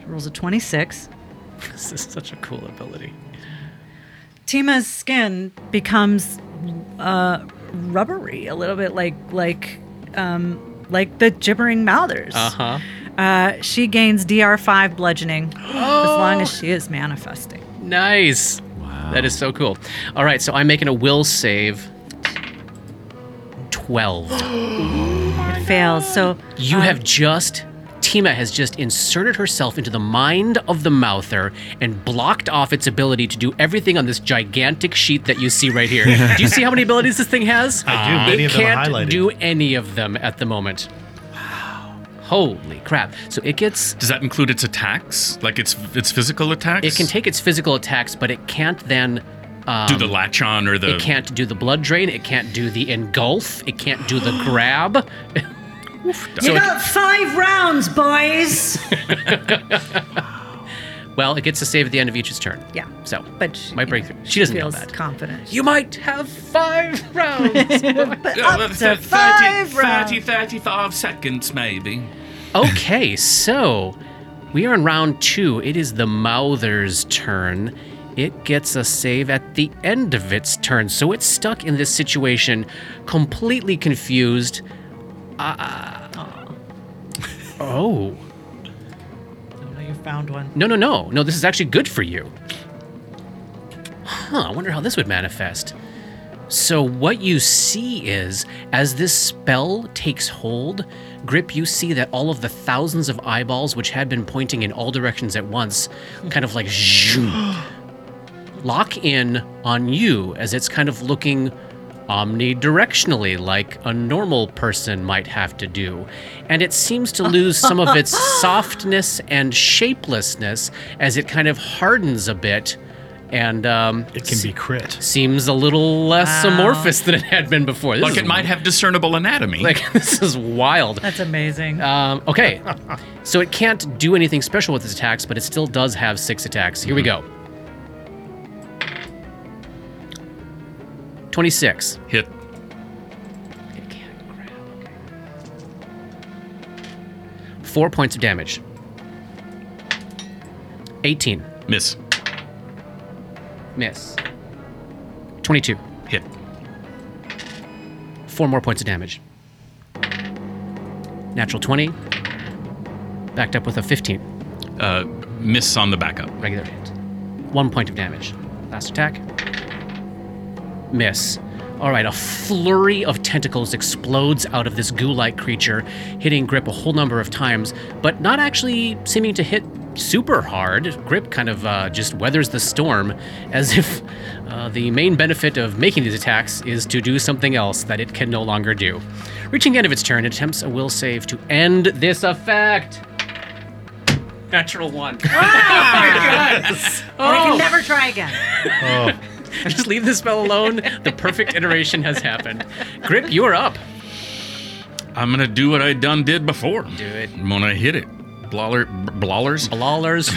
[SPEAKER 5] She rolls a 26.
[SPEAKER 2] This is such a cool ability.
[SPEAKER 5] Tima's skin becomes uh, rubbery a little bit, like like um, like the gibbering mouthers.
[SPEAKER 2] Uh huh.
[SPEAKER 4] Uh-huh.
[SPEAKER 5] Uh, she gains DR five bludgeoning as long as she is manifesting.
[SPEAKER 2] Oh Nice. Wow. That is so cool. All right, so I'm making a will save. Twelve.
[SPEAKER 5] It fails. So
[SPEAKER 2] You have just. Tima has just inserted herself into the mind of the mouther and blocked off its ability to do everything on this gigantic sheet that you see right here. do you see how many abilities this thing has?
[SPEAKER 4] I do. Many
[SPEAKER 2] it
[SPEAKER 4] of them are
[SPEAKER 2] can't
[SPEAKER 4] highlighted.
[SPEAKER 2] do any of them at the moment. Wow. Holy crap. So it gets
[SPEAKER 6] Does that include its attacks? Like its its physical attacks?
[SPEAKER 2] it can take its physical attacks, but it can't then um,
[SPEAKER 6] do the latch on or the
[SPEAKER 2] It can't do the blood drain. It can't do the engulf. It can't do the grab. so it,
[SPEAKER 10] got five rounds, boys.
[SPEAKER 2] well, it gets a save at the end of each turn.
[SPEAKER 5] yeah,
[SPEAKER 2] So
[SPEAKER 5] but she,
[SPEAKER 2] My
[SPEAKER 5] you know,
[SPEAKER 2] breakthrough. She doesn't know
[SPEAKER 5] feels
[SPEAKER 2] that.
[SPEAKER 5] Confident.
[SPEAKER 2] you might have five rounds.
[SPEAKER 6] up
[SPEAKER 5] to five rounds.
[SPEAKER 6] 30, 35 seconds maybe.
[SPEAKER 2] okay, so we are in round two. It is the Mouther's turn. It gets a save at the end of its turn, so it's stuck in this situation, completely confused. Uh, oh.
[SPEAKER 5] you found one.
[SPEAKER 2] No, no, no. No, this is actually good for you. Huh, I wonder how this would manifest. So, what you see is, as this spell takes hold, Grip, you see that all of the thousands of eyeballs, which had been pointing in all directions at once, kind of like zoom, lock in on you as it's kind of looking omnidirectionally like a normal person might have to do and it seems to lose some of its softness and shapelessness as it kind of hardens a bit and um,
[SPEAKER 4] It can be crit.
[SPEAKER 2] seems a little less amorphous than it had been before this
[SPEAKER 6] Like
[SPEAKER 2] is,
[SPEAKER 6] it might have discernible anatomy.
[SPEAKER 2] like this is wild
[SPEAKER 5] That's amazing.
[SPEAKER 2] um, okay so it can't do anything special with its attacks but it still does have six attacks here we go 26
[SPEAKER 6] hit.
[SPEAKER 2] Four points of damage. 18.
[SPEAKER 6] Miss.
[SPEAKER 2] Miss. 22.
[SPEAKER 6] Hit.
[SPEAKER 2] Four more points of damage. Natural 20. Backed up with a 15.
[SPEAKER 6] Uh, miss on the backup.
[SPEAKER 2] Regular hit. One point of damage. Last attack. Miss. All right, a flurry of tentacles explodes out of this goo like creature, hitting Grip a whole number of times, but not actually seeming to hit super hard. Grip kind of uh, just weathers the storm, as if uh, the main benefit of making these attacks is to do something else that it can no longer do. Reaching the end of its turn, it attempts a will save to end this effect. Natural one.
[SPEAKER 5] I can never try again.
[SPEAKER 2] Just leave the spell alone. The perfect iteration has happened. Grip, you are up.
[SPEAKER 6] I'm gonna do what I done did before.
[SPEAKER 2] Do it.
[SPEAKER 6] I'm gonna hit it. Blawler, blawlers.
[SPEAKER 2] Lawler's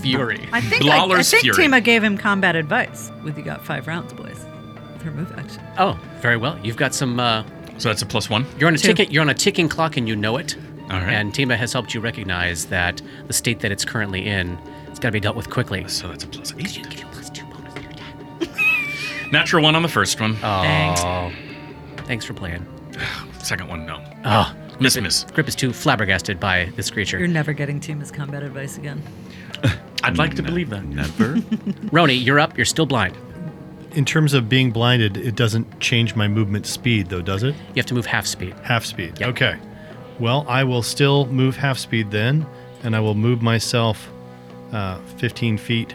[SPEAKER 2] Fury.
[SPEAKER 5] I think I, I
[SPEAKER 6] Lawler's
[SPEAKER 5] think
[SPEAKER 6] Fury.
[SPEAKER 5] Tima gave him combat advice with you got five rounds, boys. With her move action.
[SPEAKER 2] Oh, very well. You've got some uh,
[SPEAKER 6] So that's a plus one.
[SPEAKER 2] You're on a ticket. You're on a ticking clock, and you know it.
[SPEAKER 6] All right.
[SPEAKER 2] And Tima has helped you recognize that the state that it's currently in, it's got to be dealt with quickly.
[SPEAKER 6] So that's a plus eight. Natural one on the first one.
[SPEAKER 2] Uh.
[SPEAKER 5] Thanks.
[SPEAKER 2] Thanks for playing.
[SPEAKER 6] Second one, no.
[SPEAKER 2] Oh,
[SPEAKER 6] Miss, miss.
[SPEAKER 2] Grip is too flabbergasted by this
[SPEAKER 9] You're
[SPEAKER 2] creature.
[SPEAKER 9] never getting Tima's combat advice again.
[SPEAKER 6] I'd like to believe that.
[SPEAKER 7] Never.
[SPEAKER 2] Roni, you're up. You're still blind.
[SPEAKER 4] In terms of being blinded, it doesn't change my movement speed, though, does it?
[SPEAKER 2] You have to move half speed.
[SPEAKER 4] Half speed. Okay. Well, I will still move half speed then, and I will move myself uh, 15 feet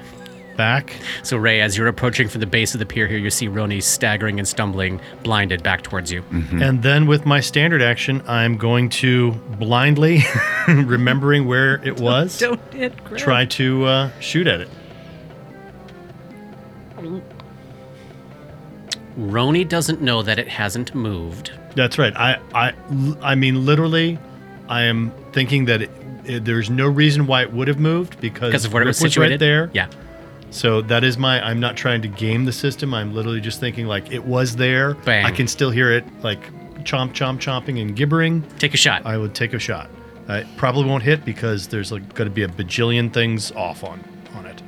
[SPEAKER 4] back.
[SPEAKER 2] So, Ray, as you're approaching from the base of the pier here, you see Roni staggering and stumbling, blinded back towards you.
[SPEAKER 4] And then with my standard action, I'm going to blindly, remembering where it was,
[SPEAKER 9] Don't hit Grip.
[SPEAKER 4] try to uh, shoot at it.
[SPEAKER 2] Roni doesn't know that it hasn't moved.
[SPEAKER 4] That's right. I, I, I mean, literally, I am thinking that it, it- there's no reason why it would have moved because,
[SPEAKER 2] Because of where
[SPEAKER 4] Rip
[SPEAKER 2] it was situated.
[SPEAKER 4] right there.
[SPEAKER 2] Yeah.
[SPEAKER 4] So that is my. I'm not trying to game the system. I'm literally just thinking like it was there.
[SPEAKER 2] Bang.
[SPEAKER 4] I can still hear it like chomp, chomp, chomping and gibbering.
[SPEAKER 2] Take a shot.
[SPEAKER 4] I would take a shot. I probably won't hit because there's like going to be a bajillion things off on on it,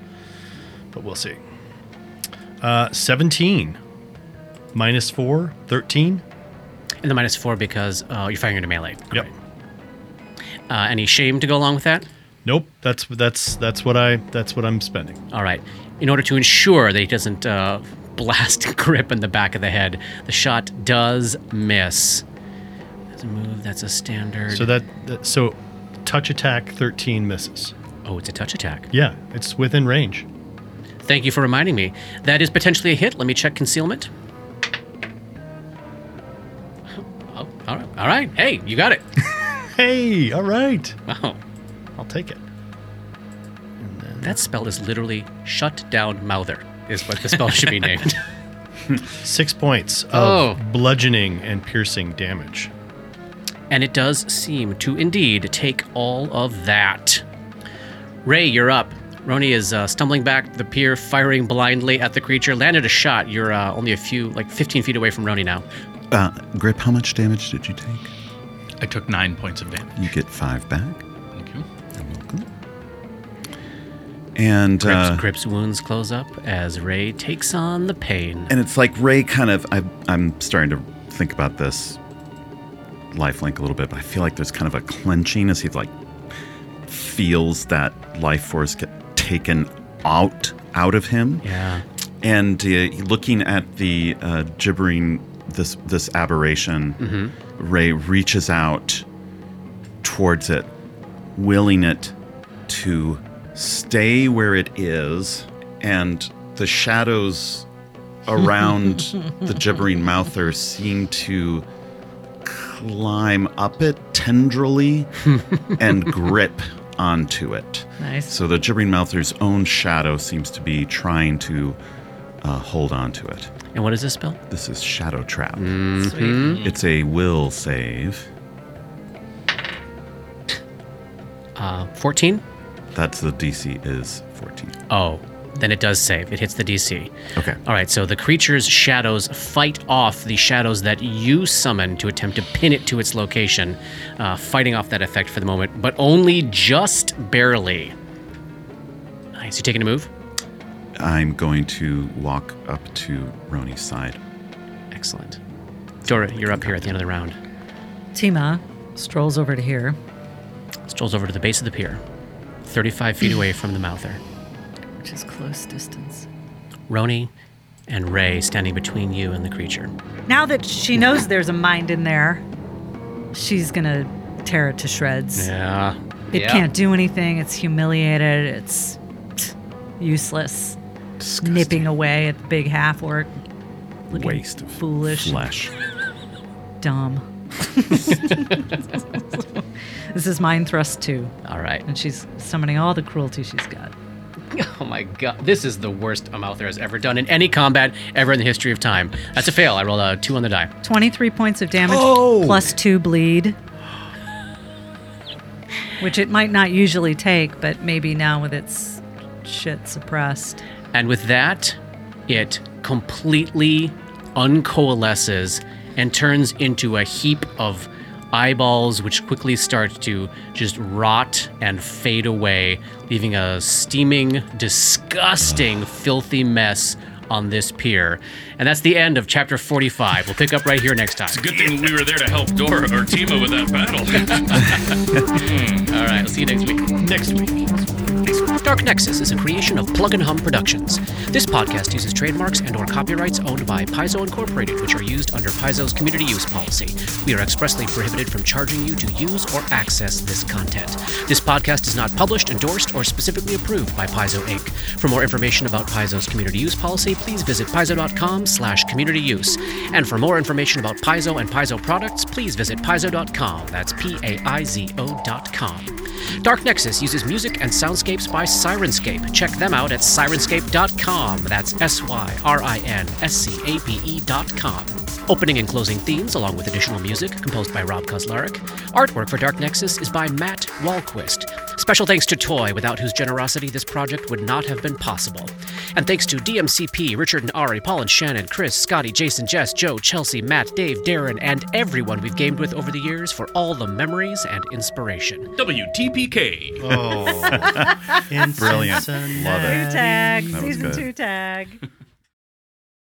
[SPEAKER 4] but we'll see. Uh, 17 minus 4, 13.
[SPEAKER 2] and the minus four because uh, you're firing into melee.
[SPEAKER 4] Yep.
[SPEAKER 2] Uh, any shame to go along with that?
[SPEAKER 4] Nope. That's that's that's what I that's what I'm spending.
[SPEAKER 2] All right. In order to ensure that he doesn't uh, blast grip in the back of the head, the shot does miss. That's a move. That's a standard.
[SPEAKER 4] So that, that so touch attack 13 misses.
[SPEAKER 2] oh, it's a touch attack.
[SPEAKER 4] Yeah, it's within range.
[SPEAKER 2] Thank you for reminding me. That is potentially a hit. Let me check concealment. Oh, all right. All right. Hey, you got it.
[SPEAKER 4] Hey, all right.
[SPEAKER 2] Wow.
[SPEAKER 4] I'll take it.
[SPEAKER 2] That spell is literally shut down mouther, is what the spell should be named.
[SPEAKER 4] 6 points of
[SPEAKER 2] Oh.
[SPEAKER 4] bludgeoning and piercing damage.
[SPEAKER 2] And it does seem to indeed take all of that. Ray, you're up. Roni is uh, stumbling back the pier, firing blindly at the creature. Landed a shot. You're uh, only a few, like 15 feet away from Roni now.
[SPEAKER 7] Uh, Grip, how much damage did you take?
[SPEAKER 6] I took nine points of damage.
[SPEAKER 7] You get five back.
[SPEAKER 6] Thank you.
[SPEAKER 7] And
[SPEAKER 2] Grip's,
[SPEAKER 7] uh,
[SPEAKER 2] Grip's wounds close up as Ray takes on the pain.
[SPEAKER 7] and it's like Ray kind of. I, I'm starting to think about this lifelink a little bit, but I feel like there's kind of a clenching as he like feels that life force get taken out out of him.
[SPEAKER 2] Yeah.
[SPEAKER 7] and uh, looking at the uh, gibbering this this aberration
[SPEAKER 6] Mm-hmm.
[SPEAKER 7] ray reaches out towards it willing it to stay where it is and the shadows around the gibbering mouther seem to climb up it tendrily and grip onto it
[SPEAKER 5] Nice.
[SPEAKER 7] so the gibbering mouther's own shadow seems to be trying to uh, hold on to it.
[SPEAKER 2] And what is this spell?
[SPEAKER 7] This is Shadow Trap.
[SPEAKER 5] Mm-hmm.
[SPEAKER 2] Mm-hmm.
[SPEAKER 5] Sweet.
[SPEAKER 7] It's a will save.
[SPEAKER 2] Uh, 14?
[SPEAKER 7] That's the DC is 14.
[SPEAKER 2] Oh, then it does save. It hits the DC.
[SPEAKER 7] Okay.
[SPEAKER 2] All right, so the creature's shadows fight off the shadows that you summon to attempt to pin it to its location, uh, fighting off that effect for the moment, but only just barely. Nice. You taking a move?
[SPEAKER 7] I'm going to walk up to Roni's side.
[SPEAKER 2] Excellent. Dora, you're up here at the end of the round.
[SPEAKER 9] Tima strolls over to here.
[SPEAKER 2] Strolls over to the base of the pier, 35 feet away from the mouther.
[SPEAKER 5] Which is close distance.
[SPEAKER 2] Roni and Ray standing between you and the creature.
[SPEAKER 9] Now that she knows there's a mind in there, she's gonna tear it to shreds.
[SPEAKER 2] Yeah.
[SPEAKER 9] It can't do anything. It's humiliated. It's useless. Nipping away at the big half orc. Looking
[SPEAKER 7] Waste of
[SPEAKER 9] foolish.
[SPEAKER 7] flesh.
[SPEAKER 9] Dumb. this is mind thrust too,
[SPEAKER 2] All right.
[SPEAKER 9] and she's summoning all the cruelty she's got.
[SPEAKER 2] Oh my god, this is the worst a Mouther has ever done in any combat ever in the history of time. That's a fail. I rolled a two on the die.
[SPEAKER 9] Twenty-three points of damage
[SPEAKER 7] Oh!
[SPEAKER 9] plus two bleed, which it might not usually take, but maybe now with its shit suppressed.
[SPEAKER 2] And with that, it completely uncoalesces and turns into a heap of eyeballs, which quickly start to just rot and fade away, leaving a steaming, disgusting, filthy mess on this pier. And that's the end of chapter 45. We'll pick up right here next time.
[SPEAKER 6] Good thing we were there to help Dora or Timo with that battle.
[SPEAKER 2] All right, we'll see you next week.
[SPEAKER 4] Next week.
[SPEAKER 2] Dark Nexus is a creation of Plug and Hum Productions. This podcast uses trademarks and/or copyrights owned by Paizo Incorporated, which are used under Paizo's community use policy. We are expressly prohibited from charging you to use or access this content. This podcast is not published, endorsed, or specifically approved by Paizo Inc. For more information about Paizo's community use policy, please visit paizo.com/communityuse. And for more information about Paizo and Paizo products, please visit paizo.com. That's p-a-i-z-o dot com. Dark Nexus uses music and soundscapes by Sirenscape. Check them out at sirenscape.com. That's S Y R I N S C A P E.com. Opening and closing themes, along with additional music, composed by Rob Kozlarek. Artwork for Dark Nexus is by Matt Walquist. Special thanks to Toy, without whose generosity this project would not have been possible. And thanks to DMCP, Richard and Ari, Paul and Shannon, Chris, Scotty, Jason, Jess, Joe, Chelsea, Matt, Dave, Darren, and everyone we've gamed with over the years for all the memories and inspiration.
[SPEAKER 6] WTPK.
[SPEAKER 4] Oh.
[SPEAKER 7] Brilliant.
[SPEAKER 4] Cincinnati.
[SPEAKER 7] Love it.
[SPEAKER 9] Tag,
[SPEAKER 7] That was
[SPEAKER 9] season
[SPEAKER 7] good.
[SPEAKER 9] two tag.